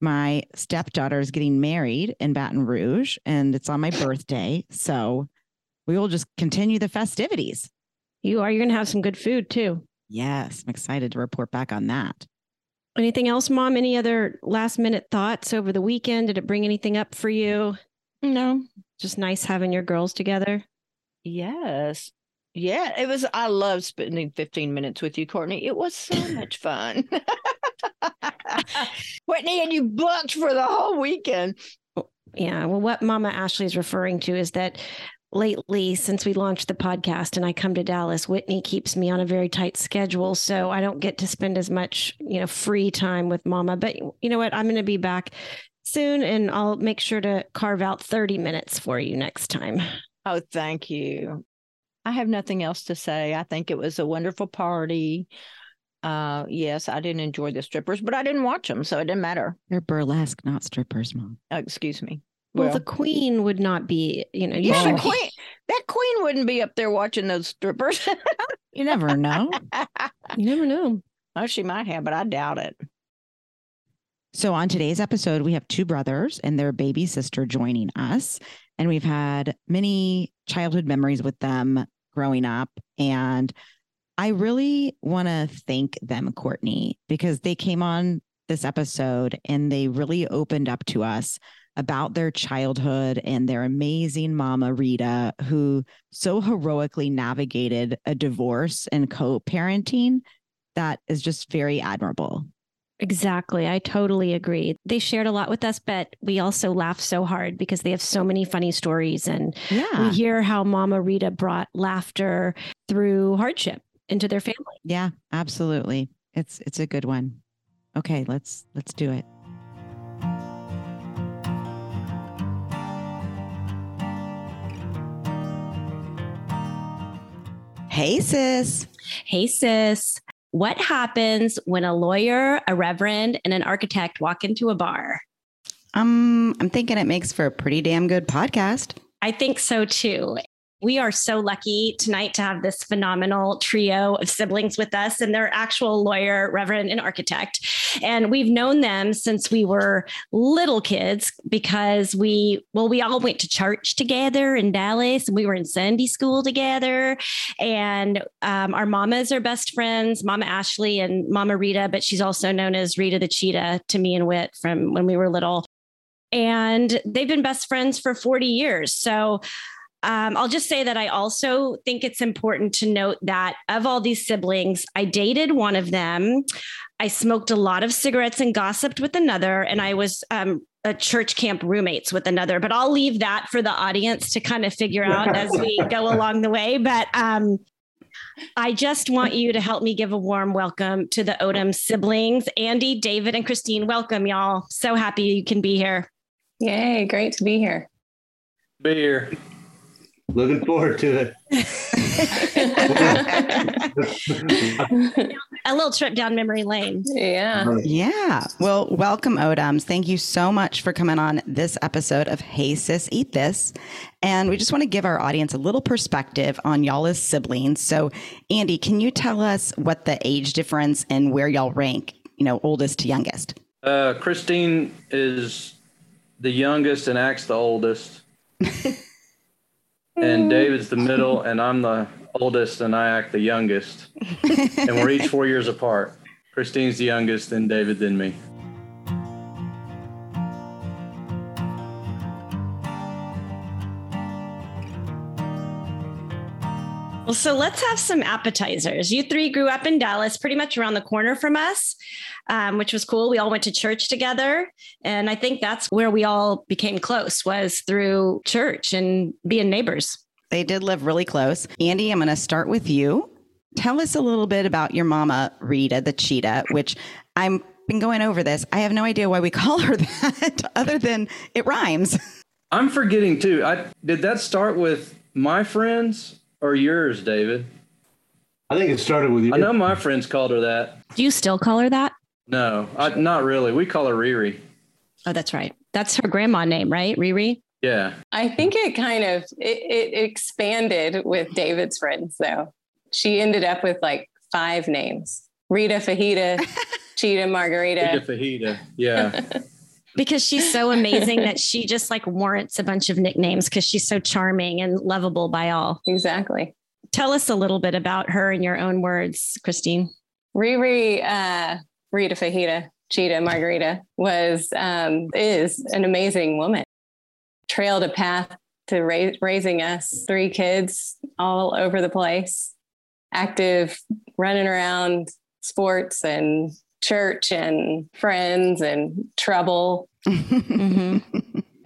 [SPEAKER 1] My stepdaughter is getting married in Baton Rouge, and it's on my birthday. So we will just continue the festivities.
[SPEAKER 3] you are. You're going to have some good food too.
[SPEAKER 1] Yes, I'm excited to report back on that.
[SPEAKER 3] Anything else, mom? Any other last minute thoughts over the weekend? Did it bring anything up for you?
[SPEAKER 4] No.
[SPEAKER 3] Just nice having your girls together.
[SPEAKER 4] Yes. Yeah, it was. I love spending 15 minutes with you, Courtney. It was so much fun. Whitney, and you booked for the whole weekend.
[SPEAKER 3] Yeah. Well, what Mama Ashley is referring to is that lately, since we launched the podcast and I come to Dallas, Whitney keeps me on a very tight schedule. So I don't get to spend as much, you know, free time with Mama. But you know what? I'm going to be back soon and I'll make sure to carve out 30 minutes for you next time.
[SPEAKER 4] Oh, thank you. I have nothing else to say. I think it was a wonderful party. Uh, yes, I didn't enjoy the strippers, but I didn't watch them, so it didn't matter.
[SPEAKER 1] They're burlesque, not strippers, mom.
[SPEAKER 4] Oh, excuse me.
[SPEAKER 3] Well, the queen would not be, you know, you
[SPEAKER 4] yeah,
[SPEAKER 3] should
[SPEAKER 4] the queen. That queen wouldn't be up there watching those strippers.
[SPEAKER 1] You never know.
[SPEAKER 3] You never know.
[SPEAKER 4] oh, she might have, but I doubt it.
[SPEAKER 1] So, on today's episode, we have two brothers and their baby sister joining us. And we've had many childhood memories with them growing up. And I really want to thank them, Courtney, because they came on this episode and they really opened up to us about their childhood and their amazing mama, Rita, who so heroically navigated a divorce and co parenting that is just very admirable.
[SPEAKER 3] Exactly. I totally agree. They shared a lot with us, but we also laughed so hard because they have so many funny stories and
[SPEAKER 1] Yeah.
[SPEAKER 3] we hear how Mama Rita brought laughter through hardship into their family.
[SPEAKER 1] Yeah, absolutely. It's it's a good one. Okay, let's let's do it. Hey sis.
[SPEAKER 5] Hey, sis, what happens when a lawyer, a reverend, and an architect walk into a bar?
[SPEAKER 1] Um I'm thinking it makes for a pretty damn good podcast.
[SPEAKER 5] I think so too. We are so lucky tonight to have this phenomenal trio of siblings with us, and they're actual lawyer, reverend, and architect. And we've known them since we were little kids because we, well, we all went to church together in Dallas and we were in Sunday school together. And um, our mamas are best friends, Mama Ashley and Mama Rita, but she's also known as Rita the Cheetah to me and Wit from when we were little and they've been best friends for 40 years. So um, I'll just say that I also think it's important to note that of all these siblings, I dated one of them. I smoked a lot of cigarettes and gossiped with another, and I was um, a church camp roommates with another. But I'll leave that for the audience to kind of figure out as we go along the way. But um, I just want you to help me give a warm welcome to the Odom siblings, Andy, David, and Christine. Welcome, y'all. So happy you can be here.
[SPEAKER 6] Yay, great to be here.
[SPEAKER 7] Be here.
[SPEAKER 8] Looking forward to it.
[SPEAKER 5] a little trip down memory lane.
[SPEAKER 6] yeah.
[SPEAKER 1] Yeah. Well, welcome, Odoms. Thank you so much for coming on this episode of Hey Sis Eat This. And we just want to give our audience a little perspective on y'all as siblings. So, Andy, can you tell us what the age difference and where y'all rank, you know, oldest to youngest?
[SPEAKER 7] Uh, Christine is the youngest and acts the oldest. and David's the middle, and I'm the oldest, and I act the youngest. and we're each four years apart. Christine's the youngest, then David, then me.
[SPEAKER 3] Well, so let's have some appetizers. You three grew up in Dallas, pretty much around the corner from us, um, which was cool. We all went to church together, and I think that's where we all became close was through church and being neighbors.
[SPEAKER 1] They did live really close. Andy, I'm going to start with you. Tell us a little bit about your mama, Rita the cheetah, which I'm been going over this. I have no idea why we call her that other than it rhymes.
[SPEAKER 7] I'm forgetting too. I did that start with my friends or yours, David?
[SPEAKER 8] I think it started with you.
[SPEAKER 7] I know my friends called her that.
[SPEAKER 3] Do you still call her that?
[SPEAKER 7] No, I, not really. We call her Riri.
[SPEAKER 3] Oh, that's right. That's her grandma name, right? Riri?
[SPEAKER 7] Yeah.
[SPEAKER 6] I think it kind of it, it expanded with David's friends though. She ended up with like five names: Rita Fajita, Cheetah
[SPEAKER 7] Rita
[SPEAKER 6] Margarita.
[SPEAKER 7] Fajita. Yeah.
[SPEAKER 3] Because she's so amazing that she just like warrants a bunch of nicknames because she's so charming and lovable by all.
[SPEAKER 6] Exactly.
[SPEAKER 3] Tell us a little bit about her in your own words, Christine.
[SPEAKER 6] Riri uh, Rita Fajita, Cheetah Margarita was um, is an amazing woman. Trailed a path to ra- raising us three kids all over the place, active, running around sports and church and friends and trouble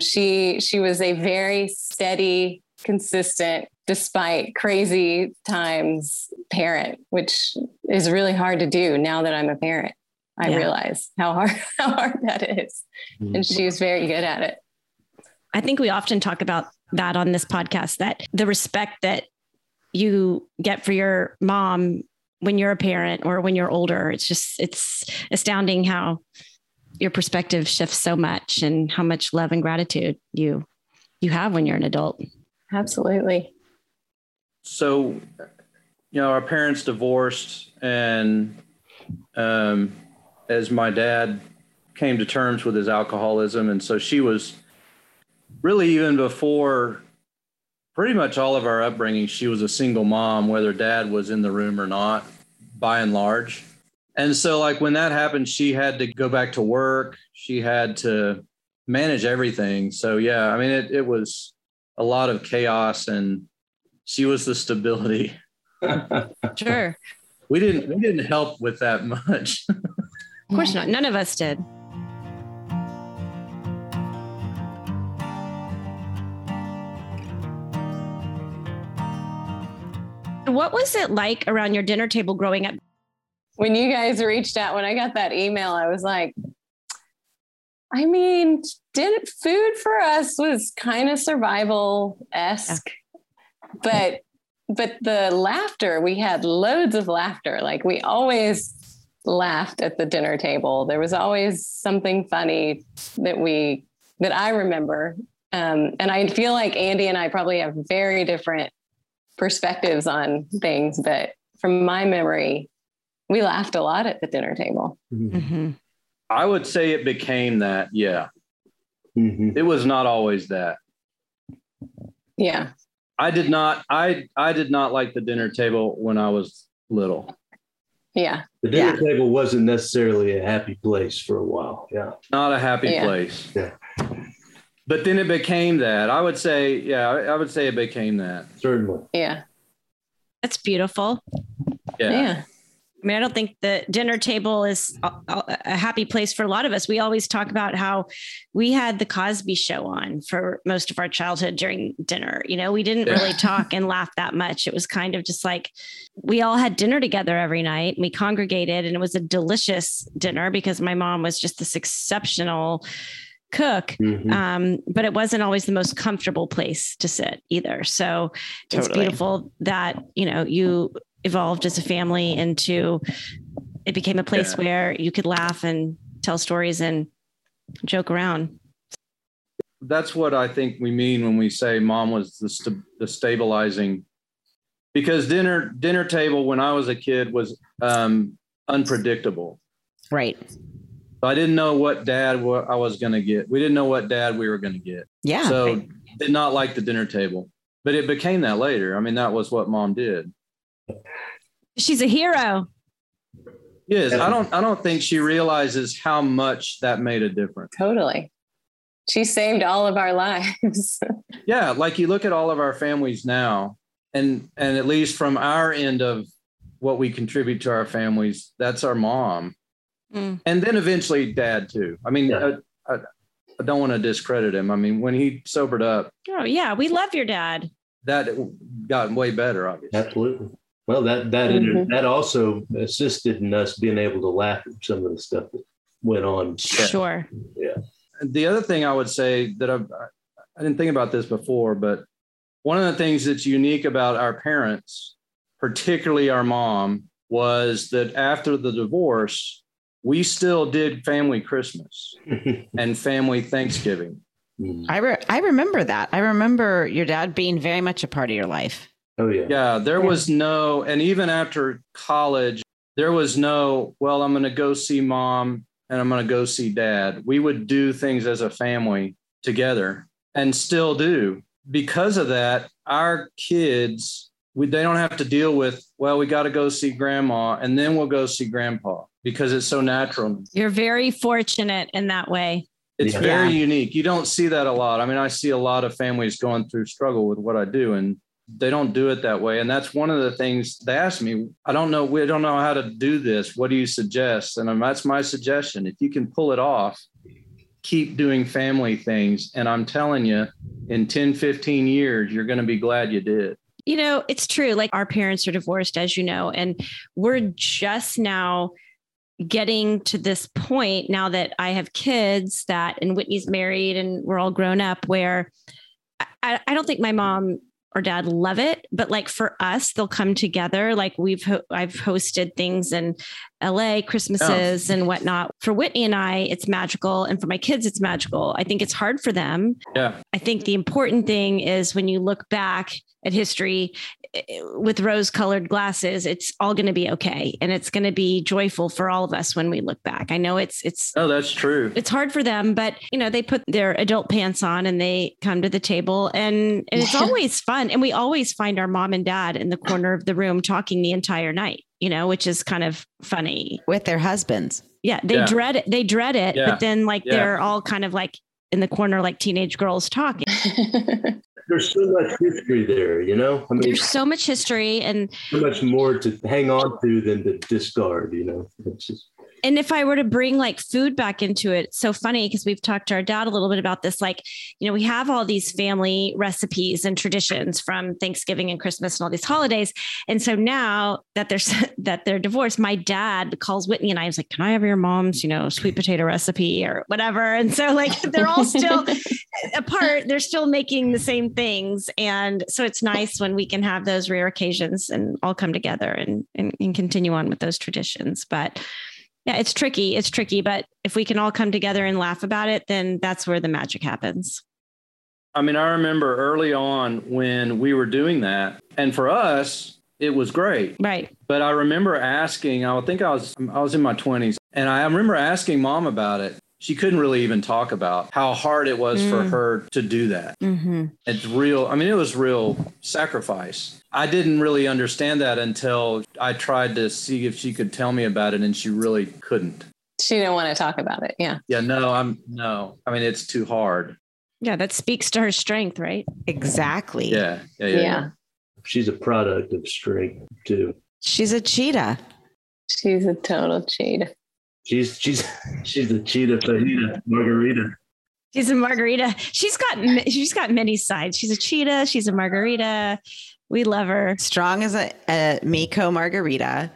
[SPEAKER 6] she she was a very steady consistent despite crazy times parent which is really hard to do now that i'm a parent i
[SPEAKER 3] Yeah.
[SPEAKER 6] realize how hard how hard that is and she was very good at it
[SPEAKER 3] I think we often talk about that on this podcast that the respect that you get for your mom when you're a parent or when you're older, it's just, it's astounding how your perspective shifts so much and how much love and gratitude you you have when you're an adult.
[SPEAKER 6] absolutely
[SPEAKER 7] so you know our parents divorced and um as my dad came to terms with his alcoholism and so she was really even before pretty much all of our upbringing she was a single mom whether dad was in the room or not by and large and so like when that happened she had to go back to work she had to manage everything so yeah i mean it, it was a lot of chaos and she was the stability.
[SPEAKER 3] Sure.
[SPEAKER 7] We didn't we didn't help with that much.
[SPEAKER 3] Of course not. None of us did. What was it like around your dinner table growing up?
[SPEAKER 6] when you guys reached out when i got that email i was like i mean did food for us was kind of survival-esque but but the laughter we had loads of laughter like we always laughed at the dinner table there was always something funny that we that i remember um, and i feel like andy and i probably have very different perspectives on things but from my memory we laughed a lot at the dinner table.
[SPEAKER 8] Mm-hmm.
[SPEAKER 7] I would say it became that, yeah.
[SPEAKER 8] hmm
[SPEAKER 7] It was not always that.
[SPEAKER 6] Yeah.
[SPEAKER 7] I did not I I did not like the dinner table when I was little.
[SPEAKER 6] Yeah.
[SPEAKER 8] The dinner table wasn't necessarily a happy place for a while. Yeah.
[SPEAKER 7] Not a happy
[SPEAKER 6] Yeah.
[SPEAKER 7] place.
[SPEAKER 8] Yeah.
[SPEAKER 7] But then it became that. I would say, yeah, I I would say it became that.
[SPEAKER 8] Certainly.
[SPEAKER 6] Yeah.
[SPEAKER 3] That's beautiful.
[SPEAKER 7] Yeah.
[SPEAKER 6] Yeah.
[SPEAKER 3] I mean, I don't think the dinner table is a, a a happy place for a lot of us. We always talk about how we had the Cosby show on for most of our childhood during dinner. You know, we didn't
[SPEAKER 7] Yeah.
[SPEAKER 3] really talk and laugh that much. It was kind of just like we all had dinner together every night. We congregated and it was a delicious dinner because my mom was just this exceptional cook.
[SPEAKER 8] Mhm.
[SPEAKER 3] Um, but it wasn't always the most comfortable place to sit either. So it's
[SPEAKER 1] Totally.
[SPEAKER 3] beautiful that, you know, you evolved as a family into it became a place
[SPEAKER 7] Yeah.
[SPEAKER 3] where you could laugh and tell stories and joke around.
[SPEAKER 7] that's what I think we mean when we say mom was the, st- the stabilizing because dinner dinner table when I was a kid was um, unpredictable.
[SPEAKER 1] Right.
[SPEAKER 7] So I didn't know what dad wa- I was going to get. We didn't know what dad we were going to get.
[SPEAKER 1] Yeah.
[SPEAKER 7] so did not like the dinner table. But it became that later. I mean, that was what mom did.
[SPEAKER 3] She's a hero.
[SPEAKER 7] Yes, I don't. I don't think she realizes how much that made a difference.
[SPEAKER 6] Totally. She saved all of our lives.
[SPEAKER 7] Yeah, like you look at all of our families now, and and at least from our end of what we contribute to our families, that's our mom,
[SPEAKER 9] Mm.
[SPEAKER 7] and then eventually dad too. I mean, uh,
[SPEAKER 8] Yeah.
[SPEAKER 7] I, I, I don't want to discredit him. I mean, when he sobered up,
[SPEAKER 3] Oh yeah, we love your dad.
[SPEAKER 7] that got way better, obviously.
[SPEAKER 8] Absolutely. Well, that that
[SPEAKER 6] Mhm.
[SPEAKER 8] that also assisted in us being able to laugh at some of the stuff that went on.
[SPEAKER 3] Sure.
[SPEAKER 7] the other thing I would say that I've, I didn't think about this before, but one of the things that's unique about our parents, particularly our mom, was that after the divorce, we still did family Christmas
[SPEAKER 8] Mm-hmm.
[SPEAKER 7] and family Thanksgiving.
[SPEAKER 8] Mm.
[SPEAKER 1] I re- I remember that. I remember your dad being very much a part of your life.
[SPEAKER 8] oh yeah.
[SPEAKER 7] Yeah, there was no, and even after college, there was no, well, I'm going to go see mom and I'm going to go see dad. We would do things as a family together and still do. Because of that, our kids, we, they don't have to deal with, well, we got to go see grandma and then we'll go see grandpa because it's so natural.
[SPEAKER 3] You're very fortunate in that way.
[SPEAKER 7] It's
[SPEAKER 8] Yeah.
[SPEAKER 7] very unique. You don't see that a lot. I mean, I see a lot of families going through struggle with what I do, and they don't do it that way. And that's one of the things they ask me. I don't know. We don't know how to do this. What do you suggest? And I'm, that's my suggestion. If you can pull it off, keep doing family things. And I'm telling you, in 10, 15 years, you're going to be glad you did.
[SPEAKER 3] You know, it's true. Like our parents are divorced, as you know, and we're just now getting to this point now that I have kids that and Whitney's married and we're all grown up where I- I, I don't think my mom or dad love it, but like for us, they'll come together. Like we've ho- I've hosted things in LA, Christmases and whatnot. For Whitney and I, it's magical. And for my kids, it's magical. I think it's hard for them
[SPEAKER 7] Yeah.
[SPEAKER 3] I think the important thing is when you look back at history eh, with rose colored glasses, it's all going to be okay. And it's going to be joyful for all of us when we look back. I know it's, it's,
[SPEAKER 7] Oh, that's true.
[SPEAKER 3] it's hard for them, but you know, they put their adult pants on and they come to the table and, and it's
[SPEAKER 6] Yeah.
[SPEAKER 3] always fun. And we always find our mom and dad in the corner of the room talking the entire night, you know, which is kind of funny.
[SPEAKER 1] with their husbands.
[SPEAKER 3] Yeah, they
[SPEAKER 7] Yeah.
[SPEAKER 3] dread it. They dread it,
[SPEAKER 7] Yeah.
[SPEAKER 3] but then like
[SPEAKER 7] Yeah.
[SPEAKER 3] they're all kind of like in the corner, like teenage girls talking.
[SPEAKER 8] There's so much history there, you know. I mean,
[SPEAKER 3] There's so much history and
[SPEAKER 8] so much more to hang on to than to discard. You know, it's just
[SPEAKER 3] and if I were to bring like food back into it, it's so funny because we've talked to our dad a little bit about this. Like, you know, we have all these family recipes and traditions from Thanksgiving and Christmas and all these holidays. And so now that there's that they're divorced, my dad calls Whitney and I was like, Can I have your mom's, you know, sweet potato recipe or whatever? And so like they're all still apart, they're still making the same things. And so it's nice when we can have those rare occasions and all come together and and, and continue on with those traditions. But yeah, it's tricky. It's tricky, but if we can all come together and laugh about it, then that's where the magic happens.
[SPEAKER 7] I mean, I remember early on when we were doing that, and for us, it was great.
[SPEAKER 3] Right.
[SPEAKER 7] But I remember asking, I think I was I was in my 20s and I remember asking mom about it. She couldn't really even talk about how hard it was for
[SPEAKER 3] Mm.
[SPEAKER 7] her to do that.
[SPEAKER 3] Mm-hmm.
[SPEAKER 7] It's real. I mean, it was real sacrifice. I didn't really understand that until I tried to see if she could tell me about it and she really couldn't.
[SPEAKER 6] she didn't want to talk about it. Yeah.
[SPEAKER 7] Yeah, no, I'm no. I mean, it's too hard.
[SPEAKER 3] Yeah, that speaks to her strength, right?
[SPEAKER 1] Exactly.
[SPEAKER 7] Yeah. Yeah, yeah.
[SPEAKER 6] Yeah.
[SPEAKER 7] yeah.
[SPEAKER 8] she's a product of strength too.
[SPEAKER 1] She's a cheetah.
[SPEAKER 6] She's a total cheat.
[SPEAKER 8] She's she's she's a cheetah fajita margarita.
[SPEAKER 3] She's a margarita. She's got ma- she's got many sides. She's a cheetah. She's a margarita. We love her.
[SPEAKER 1] Strong as a, a Miko margarita.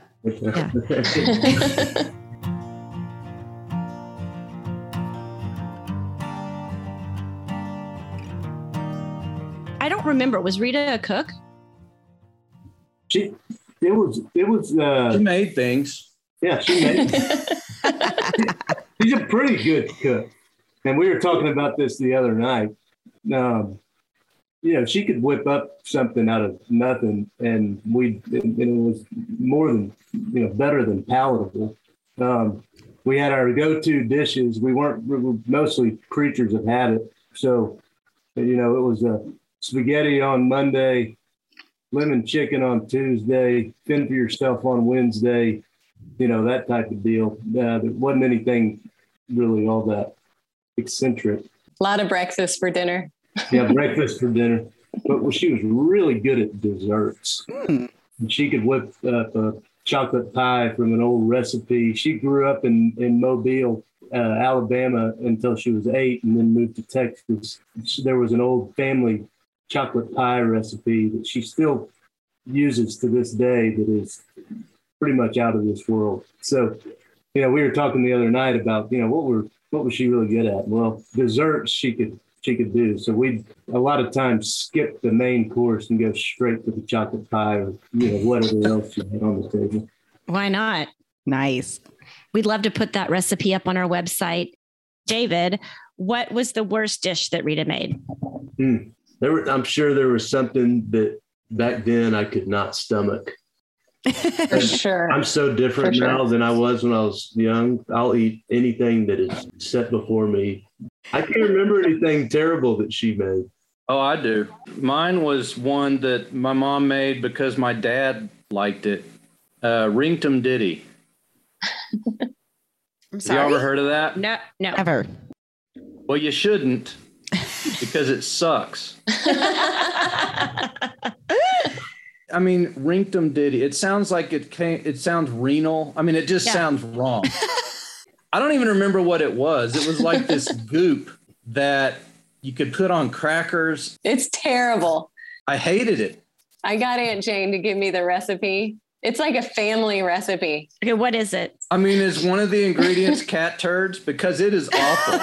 [SPEAKER 3] I don't remember. Was Rita a cook?
[SPEAKER 8] she it was it was
[SPEAKER 7] She
[SPEAKER 8] uh
[SPEAKER 7] made things.
[SPEAKER 8] yeah she made she's a pretty good cook and we were talking about this the other night um you know she could whip up something out of nothing and we and it was more than you know better than palatable um we had our go-to dishes we weren't we were mostly creatures of habit so you know it was a spaghetti on Monday, lemon chicken on Tuesday, fend for yourself on Wednesday, you know, that type of deal. Uh, there wasn't anything really all that eccentric.
[SPEAKER 6] A lot of breakfast for dinner.
[SPEAKER 8] Yeah, breakfast for dinner. But well, she was really good at desserts. And she could whip up a chocolate pie from an old recipe. She grew up in, in Mobile, uh, Alabama until she was eight and then moved to Texas. She- There was an old family chocolate pie recipe that she still uses to this day that is pretty much out of this world. So, you know, we were talking the other night about, you know, what were what was she really good at? Well, desserts she could she could do. So we'd a lot of times skip the main course and go straight to the chocolate pie or you know whatever else she had on the table.
[SPEAKER 2] Why not?
[SPEAKER 3] Nice.
[SPEAKER 2] We'd love to put that recipe up on our website. David, what was the worst dish that Rita made?
[SPEAKER 8] There were, I'm sure there was something that back then I could not stomach.
[SPEAKER 6] For sure.
[SPEAKER 8] I'm so different
[SPEAKER 6] For sure.
[SPEAKER 8] now than I was when I was young. I'll eat anything that is set before me. I can't remember anything terrible that she made.
[SPEAKER 7] Oh, I do. Mine was one that my mom made because my dad liked it. Uh, Ringtum Diddy.
[SPEAKER 10] I'm
[SPEAKER 7] Have you
[SPEAKER 10] sorry.
[SPEAKER 7] ever heard of that?
[SPEAKER 10] no, no.
[SPEAKER 3] Ever.
[SPEAKER 7] Well, you shouldn't because it sucks. I mean, Ringtum Diddy. It sounds like it came, it sounds renal. I mean, it just
[SPEAKER 10] Yeah.
[SPEAKER 7] sounds wrong. I don't even remember what it was. It was like this goop that you could put on crackers.
[SPEAKER 6] It's terrible.
[SPEAKER 7] I hated it.
[SPEAKER 6] I got Aunt Jane to give me the recipe. It's like a family recipe.
[SPEAKER 2] Okay, what is it?
[SPEAKER 7] I mean, is one of the ingredients cat turds? Because it is awful.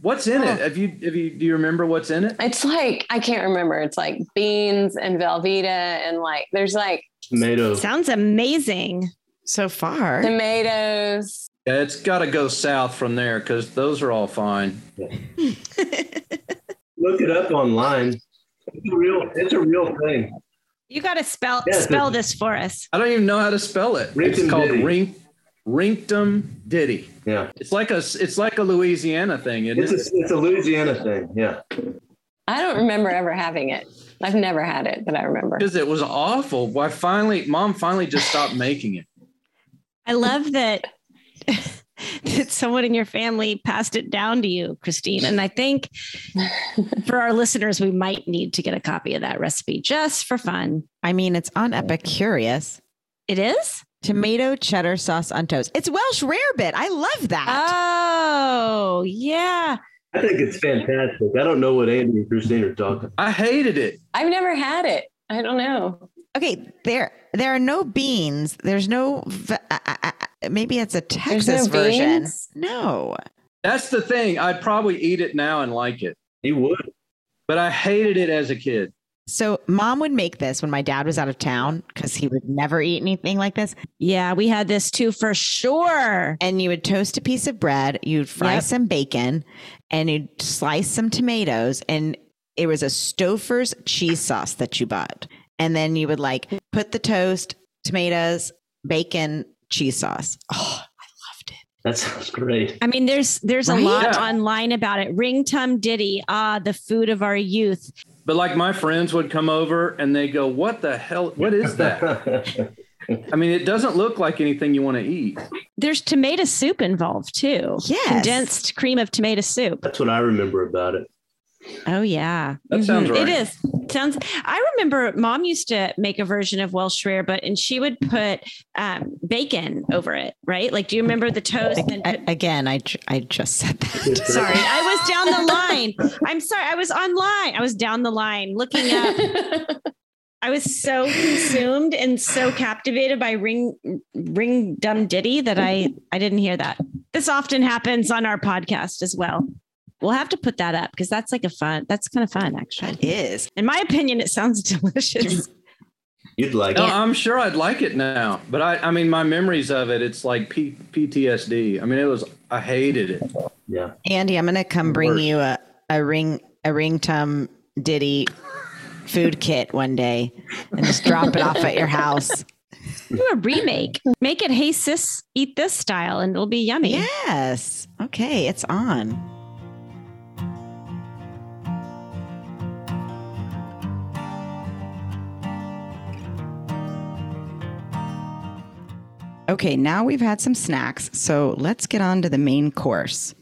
[SPEAKER 7] What's in it? Have you have you do you remember what's in it?
[SPEAKER 6] It's like, I can't remember. It's like beans and Velveeta and like, there's like
[SPEAKER 8] Tomato.
[SPEAKER 2] Sounds amazing.
[SPEAKER 3] so far.
[SPEAKER 6] tomatoes.
[SPEAKER 7] Yeah, it's got to go south from there because those are all fine.
[SPEAKER 8] Look it up online. It's a real, it's a real thing.
[SPEAKER 2] You got to spell
[SPEAKER 8] Yes,
[SPEAKER 2] spell
[SPEAKER 8] it-
[SPEAKER 2] this for us.
[SPEAKER 7] I don't even know how to spell it.
[SPEAKER 8] Rinktum
[SPEAKER 7] it's called
[SPEAKER 8] Diddy.
[SPEAKER 7] Rink, Rinktum Diddy.
[SPEAKER 8] Yeah.
[SPEAKER 7] It's like a it's like a Louisiana thing, isn't
[SPEAKER 8] It's
[SPEAKER 7] it?
[SPEAKER 8] a, it's a Louisiana thing. Yeah.
[SPEAKER 6] I don't remember ever having it. I've never had it that I remember.
[SPEAKER 7] Because it was awful. Why finally, mom finally just stopped making it.
[SPEAKER 2] I love that that someone in your family passed it down to you, Christine. And I think for our listeners, we might need to get a copy of that recipe just for fun.
[SPEAKER 3] I mean, it's on Epicurious.
[SPEAKER 2] It is?
[SPEAKER 3] Tomato cheddar sauce on toast. It's Welsh rarebit. I love
[SPEAKER 1] Ah.
[SPEAKER 3] that.
[SPEAKER 2] Oh, yeah.
[SPEAKER 8] I think it's fantastic. I don't know what Andy and Christine are talking.
[SPEAKER 7] I hated it.
[SPEAKER 6] I've never had it. I don't know.
[SPEAKER 1] Okay, there there are no beans. There's no v- uh, I- I- I- maybe it's a
[SPEAKER 6] There's
[SPEAKER 1] Texas
[SPEAKER 6] no
[SPEAKER 1] version.
[SPEAKER 6] beans.
[SPEAKER 1] No.
[SPEAKER 7] That's the thing. I'd probably eat it now and like it,
[SPEAKER 8] You would.
[SPEAKER 7] but I hated it as a kid.
[SPEAKER 1] So mom would make this when my dad was out of town cuz he would never eat anything like this.
[SPEAKER 2] Yeah, we had this too for sure.
[SPEAKER 1] And you would toast a piece of bread, you'd fry
[SPEAKER 2] Yep.
[SPEAKER 1] some bacon, and you'd slice some tomatoes and it was a Stouffer's cheese sauce that you bought. And then you would like put the toast, tomatoes, bacon, cheese sauce. Oh,
[SPEAKER 8] That sounds great.
[SPEAKER 2] I mean, there's there's
[SPEAKER 1] Right?
[SPEAKER 2] a lot
[SPEAKER 7] Yeah.
[SPEAKER 2] online about it. Ring tum ditty, ah, the food of our youth.
[SPEAKER 7] But like my friends would come over and they go, "What the hell? What is that?" I mean, it doesn't look like anything you want to eat.
[SPEAKER 2] There's tomato soup involved too.
[SPEAKER 1] yes.
[SPEAKER 2] Condensed cream of tomato soup.
[SPEAKER 8] That's what I remember about it.
[SPEAKER 2] Oh yeah.
[SPEAKER 7] That sounds right.
[SPEAKER 2] It is. Sounds. I remember mom used to make a version of Welsh rarebit, and she would put um, bacon over it. Right? Like, do you remember the toast? And
[SPEAKER 1] A- again, I, ju- I just said that.
[SPEAKER 2] sorry, I was down the line. I'm sorry. I was online. I was down the line looking up. I was so consumed and so captivated by ring ring dumb ditty that I I didn't hear that. This often happens on our podcast as well. We'll have to put that up because that's like a fun. That's kind of fun, actually.
[SPEAKER 1] Is
[SPEAKER 2] In my opinion, it sounds delicious.
[SPEAKER 8] You'd like
[SPEAKER 7] No,
[SPEAKER 8] it.
[SPEAKER 7] I'm sure I'd like it now, but I, I mean, my memories of it, it's like P- PTSD. I mean, it was, I hated it.
[SPEAKER 8] Yeah.
[SPEAKER 1] Andy, I'm going to come bring
[SPEAKER 7] Worse.
[SPEAKER 1] you a, a ring, a ring tum ditty food kit one day and just drop it off at your house.
[SPEAKER 2] Do a remake. Make it hey sis, eat this style, and it'll be yummy.
[SPEAKER 1] Yes. Okay. It's on. Okay, now we've had some snacks, so let's get on to the main course.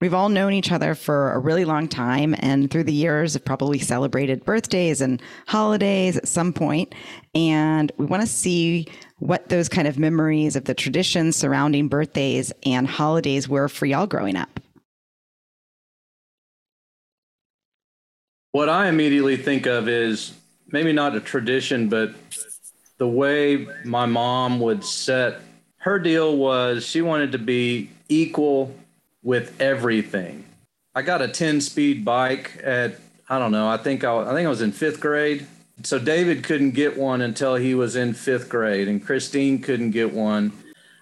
[SPEAKER 1] We've all known each other for a really long time, and through the years, have probably celebrated birthdays and holidays at some point. And we want to see what those kind of memories of the traditions surrounding birthdays and holidays were for y'all growing up.
[SPEAKER 7] What I immediately think of is maybe not a tradition, but the way my mom would set her deal was she wanted to be equal with everything. I got a 10 speed bike at I don't know, I think I, I think I was in 5th grade. So David couldn't get one until he was in 5th grade and Christine couldn't get one.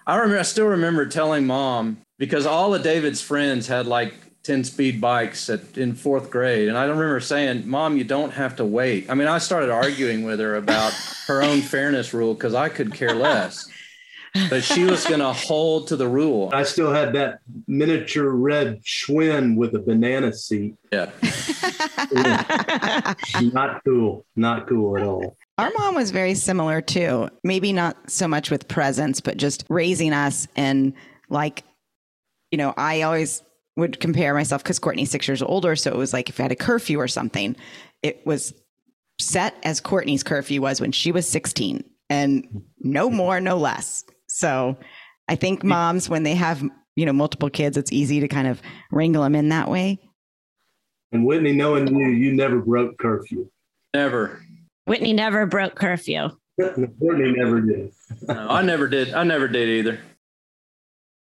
[SPEAKER 7] I remember I still remember telling mom because all of David's friends had like 10 speed bikes at, in 4th grade and I remember saying, "Mom, you don't have to wait." I mean, I started arguing with her about her own fairness rule cuz I could care less. But she was going to hold to the rule.
[SPEAKER 8] I still had that miniature red Schwinn with a banana seat.
[SPEAKER 7] Yeah.
[SPEAKER 8] Not cool. Not cool at all.
[SPEAKER 1] Our mom was very similar too. Maybe not so much with presents, but just raising us and like, you know, I always would compare myself because Courtney's six years older. So it was like if I had a curfew or something, it was set as Courtney's curfew was when she was 16 and no more, no less. So I think moms, when they have, you know, multiple kids, it's easy to kind of wrangle them in that way.
[SPEAKER 8] And Whitney, knowing you, you never broke curfew.
[SPEAKER 7] Never.
[SPEAKER 3] Whitney never broke curfew.
[SPEAKER 8] Whitney never did.
[SPEAKER 7] No, I never did. I never did either.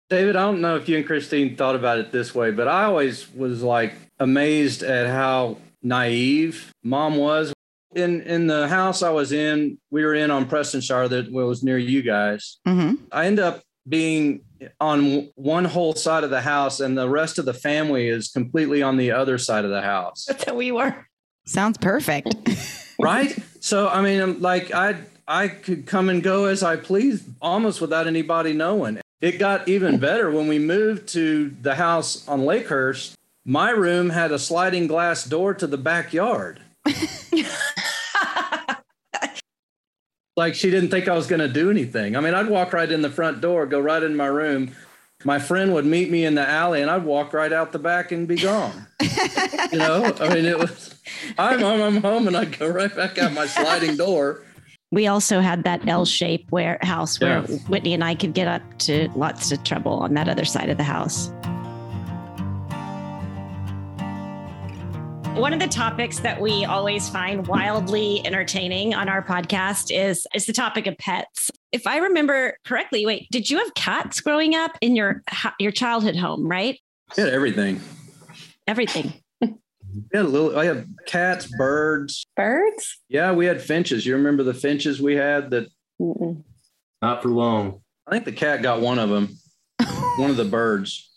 [SPEAKER 7] David, I don't know if you and Christine thought about it this way, but I always was like amazed at how naive mom was in in the house I was in, we were in on Prestonshire that was near you guys.
[SPEAKER 1] Mm-hmm.
[SPEAKER 7] I end up being on one whole side of the house, and the rest of the family is completely on the other side of the house.
[SPEAKER 3] That's how we were.
[SPEAKER 1] Sounds perfect,
[SPEAKER 7] right? So I mean, I'm like I I could come and go as I pleased, almost without anybody knowing. It got even better when we moved to the house on Lakehurst. My room had a sliding glass door to the backyard. like she didn't think I was going to do anything. I mean, I'd walk right in the front door, go right in my room. My friend would meet me in the alley, and I'd walk right out the back and be gone. you know, I mean, it was I'm home, I'm home, and I'd go right back out my sliding door.
[SPEAKER 3] We also had that L shape where house where yeah. Whitney and I could get up to lots of trouble on that other side of the house.
[SPEAKER 5] One of the topics that we always find wildly entertaining on our podcast is is the topic of pets. If I remember correctly, wait, did you have cats growing up in your your childhood home, right?
[SPEAKER 7] Yeah, everything.
[SPEAKER 5] Everything.
[SPEAKER 7] Yeah, little. I have cats, birds.
[SPEAKER 6] Birds.
[SPEAKER 7] Yeah, we had finches. You remember the finches we had? That
[SPEAKER 6] Mm-mm.
[SPEAKER 8] not for long.
[SPEAKER 7] I think the cat got one of them. one of the birds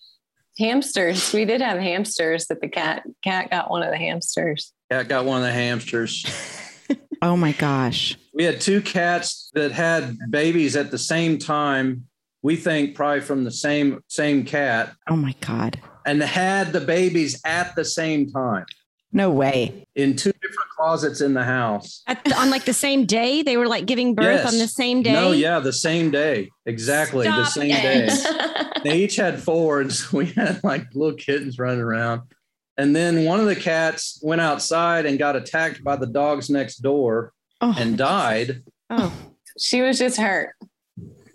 [SPEAKER 6] hamsters. We did have hamsters that the cat cat got one of the hamsters.
[SPEAKER 7] Cat got one of the hamsters.
[SPEAKER 1] oh my gosh.
[SPEAKER 7] We had two cats that had babies at the same time. We think probably from the same same cat.
[SPEAKER 1] Oh my god.
[SPEAKER 7] And had the babies at the same time.
[SPEAKER 1] No way.
[SPEAKER 7] In two different closets in the house.
[SPEAKER 3] The, on like the same day, they were like giving birth yes. on the same day.
[SPEAKER 7] No, yeah, the same day. Exactly. Stop the same it. day. they each had four, and so we had like little kittens running around. And then one of the cats went outside and got attacked by the dogs next door oh. and died.
[SPEAKER 6] Oh, she was just hurt.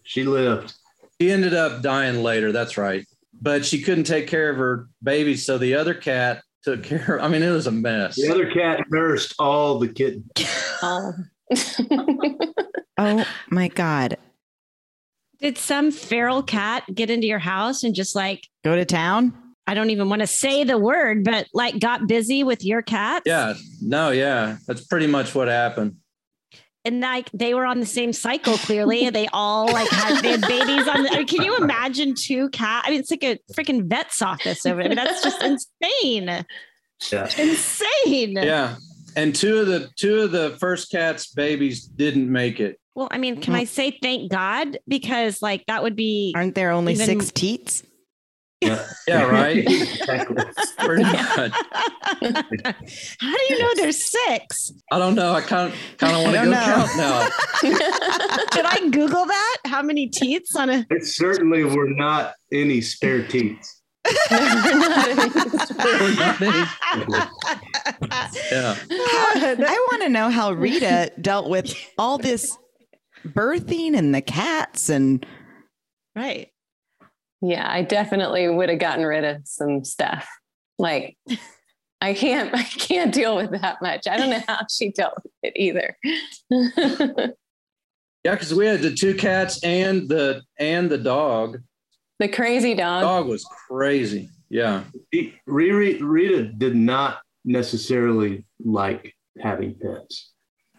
[SPEAKER 8] She lived.
[SPEAKER 7] She ended up dying later. That's right. But she couldn't take care of her baby. So the other cat took care of. I mean, it was a mess.
[SPEAKER 8] The other cat nursed all the kittens.
[SPEAKER 1] oh.
[SPEAKER 6] Um,
[SPEAKER 1] oh my God.
[SPEAKER 3] Did some feral cat get into your house and just like
[SPEAKER 1] go to town?
[SPEAKER 3] I don't even want to say the word, but like got busy with your cat?
[SPEAKER 7] Yeah. No, yeah. That's pretty much what happened.
[SPEAKER 3] And like they were on the same cycle, clearly. they all like had, they had babies on. The, I mean, can you imagine two cat? I mean, it's like a freaking vet's office over there. I mean, that's just insane.
[SPEAKER 8] Yeah.
[SPEAKER 3] Insane.
[SPEAKER 7] Yeah. And two of the two of the first cat's babies didn't make it.
[SPEAKER 3] Well, I mean,
[SPEAKER 7] Mm-hmm.
[SPEAKER 3] can I say thank God because like that would be
[SPEAKER 1] aren't there only even, six teats?
[SPEAKER 7] Yeah, yeah right.
[SPEAKER 8] Exactly.
[SPEAKER 7] Pretty much.
[SPEAKER 3] How do you know there's six?
[SPEAKER 7] I don't know. I kind of kind of want to
[SPEAKER 11] don't
[SPEAKER 7] go
[SPEAKER 11] know.
[SPEAKER 7] count now.
[SPEAKER 3] Did I Google that? How many teats on a?
[SPEAKER 8] It certainly were not any spare teats.
[SPEAKER 7] Yeah.
[SPEAKER 11] How- I want to know how Rita dealt with all this birthing and the cats and
[SPEAKER 3] Right.
[SPEAKER 6] Yeah, I definitely would have gotten rid of some stuff. Like I can't I can't deal with that much. I don't know how she dealt with it either.
[SPEAKER 7] Yeah, because we had the two cats and the and the dog.
[SPEAKER 6] the crazy dog.
[SPEAKER 7] Dog was crazy. Yeah.
[SPEAKER 8] Riri, Rita did not necessarily like having pets.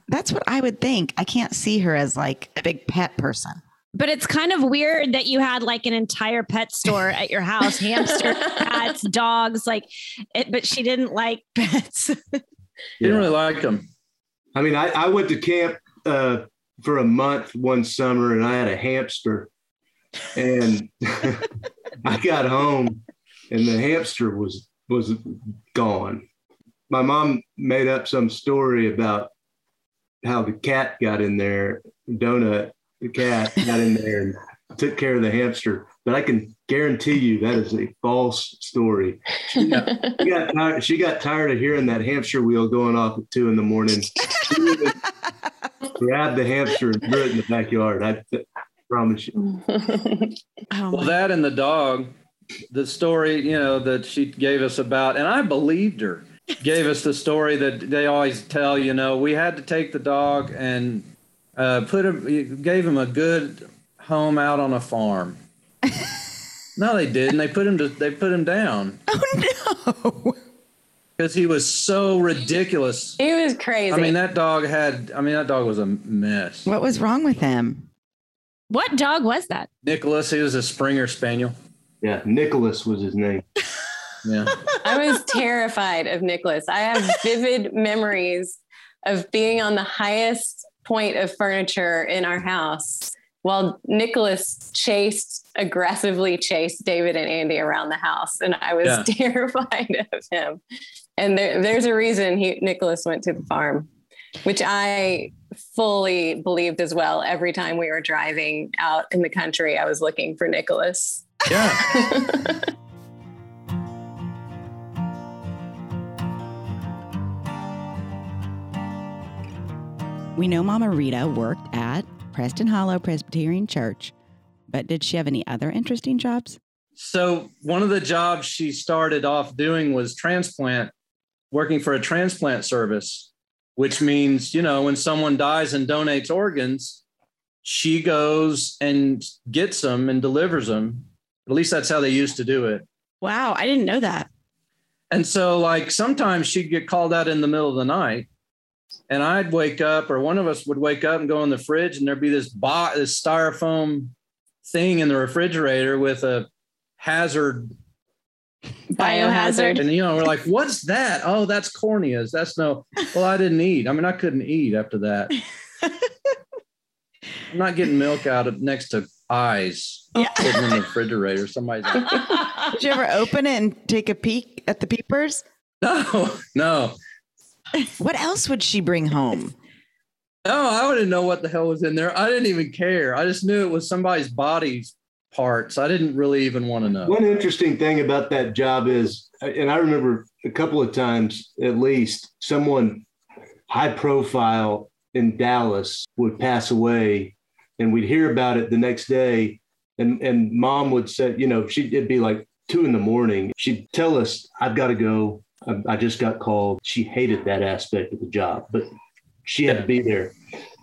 [SPEAKER 11] that's what I would think. I can't see her as like a big pet person.
[SPEAKER 5] But it's kind of weird that you had like an entire pet store at your house, hamsters, cats, dogs, like it, but she didn't like pets.
[SPEAKER 7] Didn't
[SPEAKER 8] Yeah.
[SPEAKER 7] really like them.
[SPEAKER 8] I mean, I, I went to camp uh, for a month one summer and I had a hamster. And I got home and the hamster was was gone. My mom made up some story about how the cat got in there, Donut, the cat got in there and took care of the hamster. But I can guarantee you that is a false story. She got, she got tired, she got tired of hearing that hamster wheel going off at two in the morning. She would Grab the hamster and threw it in the backyard. I promise you.
[SPEAKER 3] Oh
[SPEAKER 7] Well,
[SPEAKER 3] my.
[SPEAKER 7] that and the dog, the story, you know, that she gave us about, and I believed her, gave us the story that they always tell, you know, we had to take the dog and uh, put him, gave him a good home out on a farm. no, they didn't. They put him to, they put him down
[SPEAKER 11] Oh no.
[SPEAKER 7] because he was so ridiculous.
[SPEAKER 6] He was crazy.
[SPEAKER 7] I mean, that dog had, I mean, that dog was a mess.
[SPEAKER 11] What was wrong with him?
[SPEAKER 5] What dog was that?
[SPEAKER 7] Nicholas, he was a Springer Spaniel.
[SPEAKER 8] Yeah, Nicholas was his name.
[SPEAKER 7] Yeah.
[SPEAKER 6] I was terrified of Nicholas. I have vivid memories of being on the highest point of furniture in our house while Nicholas chased aggressively chased David and Andy around the house and I was
[SPEAKER 7] Yeah.
[SPEAKER 6] terrified of him. And there, there's a reason he Nicholas went to the farm, which I fully believed as well. Every time we were driving out in the country, I was looking for Nicholas.
[SPEAKER 7] Yeah.
[SPEAKER 1] We know Mama Rita worked at Preston Hollow Presbyterian Church, but did she have any other interesting jobs?
[SPEAKER 7] So one of the jobs she started off doing was transplant, working for a transplant service, which means, you know, when someone dies and donates organs, she goes and gets them and delivers them. At least that's how they used to do it.
[SPEAKER 3] Wow, I didn't know that.
[SPEAKER 7] And so, like, sometimes she'd get called out in the middle of the night, and I'd wake up, or one of us would wake up and go in the fridge, and there'd be this box, this styrofoam thing in the refrigerator with a hazard.
[SPEAKER 3] Biohazard.
[SPEAKER 7] And, you know, we're like, what's that? Oh, that's corneas. That's no, well, I didn't eat. I mean, I couldn't eat after that. I'm not getting milk out of next to eyes. Yeah. in the refrigerator. Somebody's like,
[SPEAKER 11] Did you ever open it and take a peek at the peepers?
[SPEAKER 7] no, no.
[SPEAKER 11] What else would she bring home?
[SPEAKER 7] No, I wouldn't know what the hell was in there. I didn't even care. I just knew it was somebody's body's parts. I didn't really even want to know.
[SPEAKER 8] One interesting thing about that job is, and I remember a couple of times at least, someone high profile in Dallas would pass away, and we'd hear about it the next day. And and mom would say, you know, she it'd be like two in the morning. She'd tell us, "I've got to go. I, I just got called." She hated that aspect of the job, but she had to be there.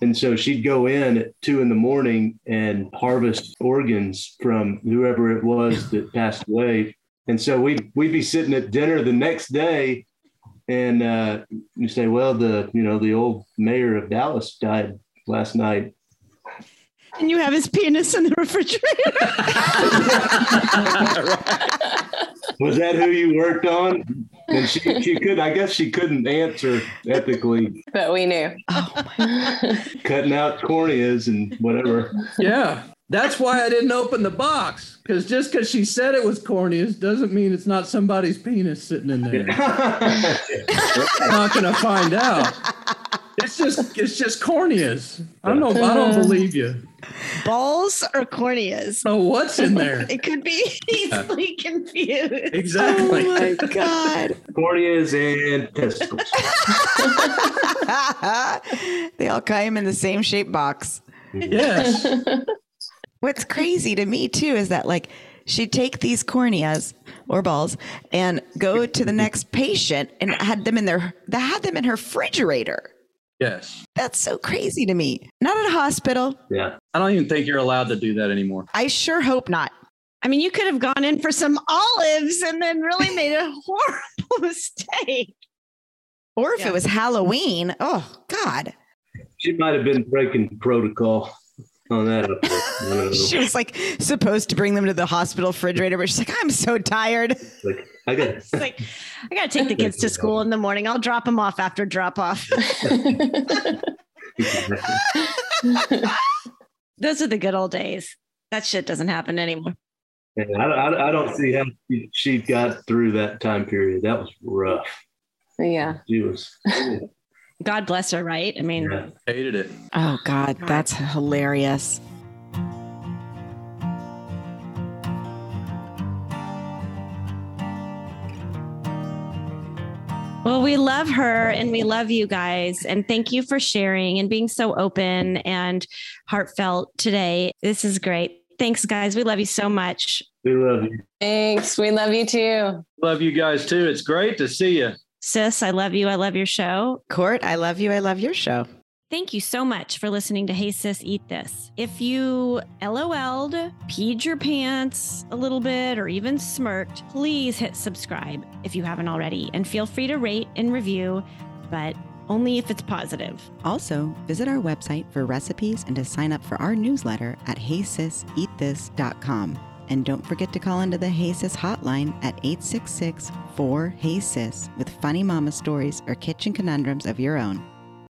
[SPEAKER 8] And so she'd go in at two in the morning and harvest organs from whoever it was that passed away. And so we'd, we'd be sitting at dinner the next day and uh, you say, well, the, you know, the old mayor of Dallas died last night.
[SPEAKER 3] And you have his penis in the refrigerator.
[SPEAKER 8] Was that who you worked on? And she, she could, I guess she couldn't answer ethically
[SPEAKER 6] But we knew.
[SPEAKER 8] cutting out corneas and whatever.
[SPEAKER 7] Yeah. That's why I didn't open the box because just because she said it was corneas doesn't mean it's not somebody's penis sitting in there. I'm not gonna find out. It's just it's just corneas. I don't I don't
[SPEAKER 12] Uh-huh.
[SPEAKER 7] believe you.
[SPEAKER 12] Balls or corneas?
[SPEAKER 7] So what's in there?
[SPEAKER 12] It could be easily confused.
[SPEAKER 7] Exactly.
[SPEAKER 12] Oh my god.
[SPEAKER 8] Corneas and testicles.
[SPEAKER 11] they all came in the same shape box.
[SPEAKER 7] Yes.
[SPEAKER 11] What's crazy to me too is that like she'd take these corneas or balls and go to the next patient and had them in their that had them in her refrigerator.
[SPEAKER 7] Yes.
[SPEAKER 11] That's so crazy to me. Not at a hospital.
[SPEAKER 8] Yeah.
[SPEAKER 7] I don't even think you're allowed to do that anymore.
[SPEAKER 11] I sure hope not.
[SPEAKER 12] I mean, you could have gone in for some olives and then really made a horrible mistake.
[SPEAKER 11] Or if
[SPEAKER 12] Yeah.
[SPEAKER 11] it was Halloween. Oh God.
[SPEAKER 8] She might have been breaking protocol on that. up there. I don't know.
[SPEAKER 11] She was like supposed to bring them to the hospital refrigerator, but she's like, I'm so tired.
[SPEAKER 8] Like, I got
[SPEAKER 12] It's like, I got to take the kids to school in the morning. I'll drop them off after drop off.
[SPEAKER 3] Those are the good old days. That shit doesn't happen anymore.
[SPEAKER 8] And I, I, I don't see how she- she got through that time period. That was rough.
[SPEAKER 6] yeah.
[SPEAKER 8] She was.
[SPEAKER 3] God bless her, right? I mean,
[SPEAKER 8] Yeah.
[SPEAKER 7] Hated it.
[SPEAKER 11] Oh God, that's hilarious.
[SPEAKER 3] Well, we love her and we love you guys. And thank you for sharing and being so open and heartfelt today. This is great. Thanks, guys. We love you so much.
[SPEAKER 8] We love you.
[SPEAKER 6] Thanks. We love you too.
[SPEAKER 7] Love you guys too. It's great to see you.
[SPEAKER 3] Sis, I love you. I love your show.
[SPEAKER 11] Court, I love you. I love your show.
[SPEAKER 3] Thank you so much for listening to Hey Sis Eat This. If you LOL'd, peed your pants a little bit, or even smirked, please hit subscribe if you haven't already. And feel free to rate and review, but only if it's positive.
[SPEAKER 1] Also, visit our website for recipes and to sign up for our newsletter at HeySisEatThis.com. And don't forget to call into the Hey Sis hotline at 866 4 Hey Sis with funny mama stories or kitchen conundrums of your own.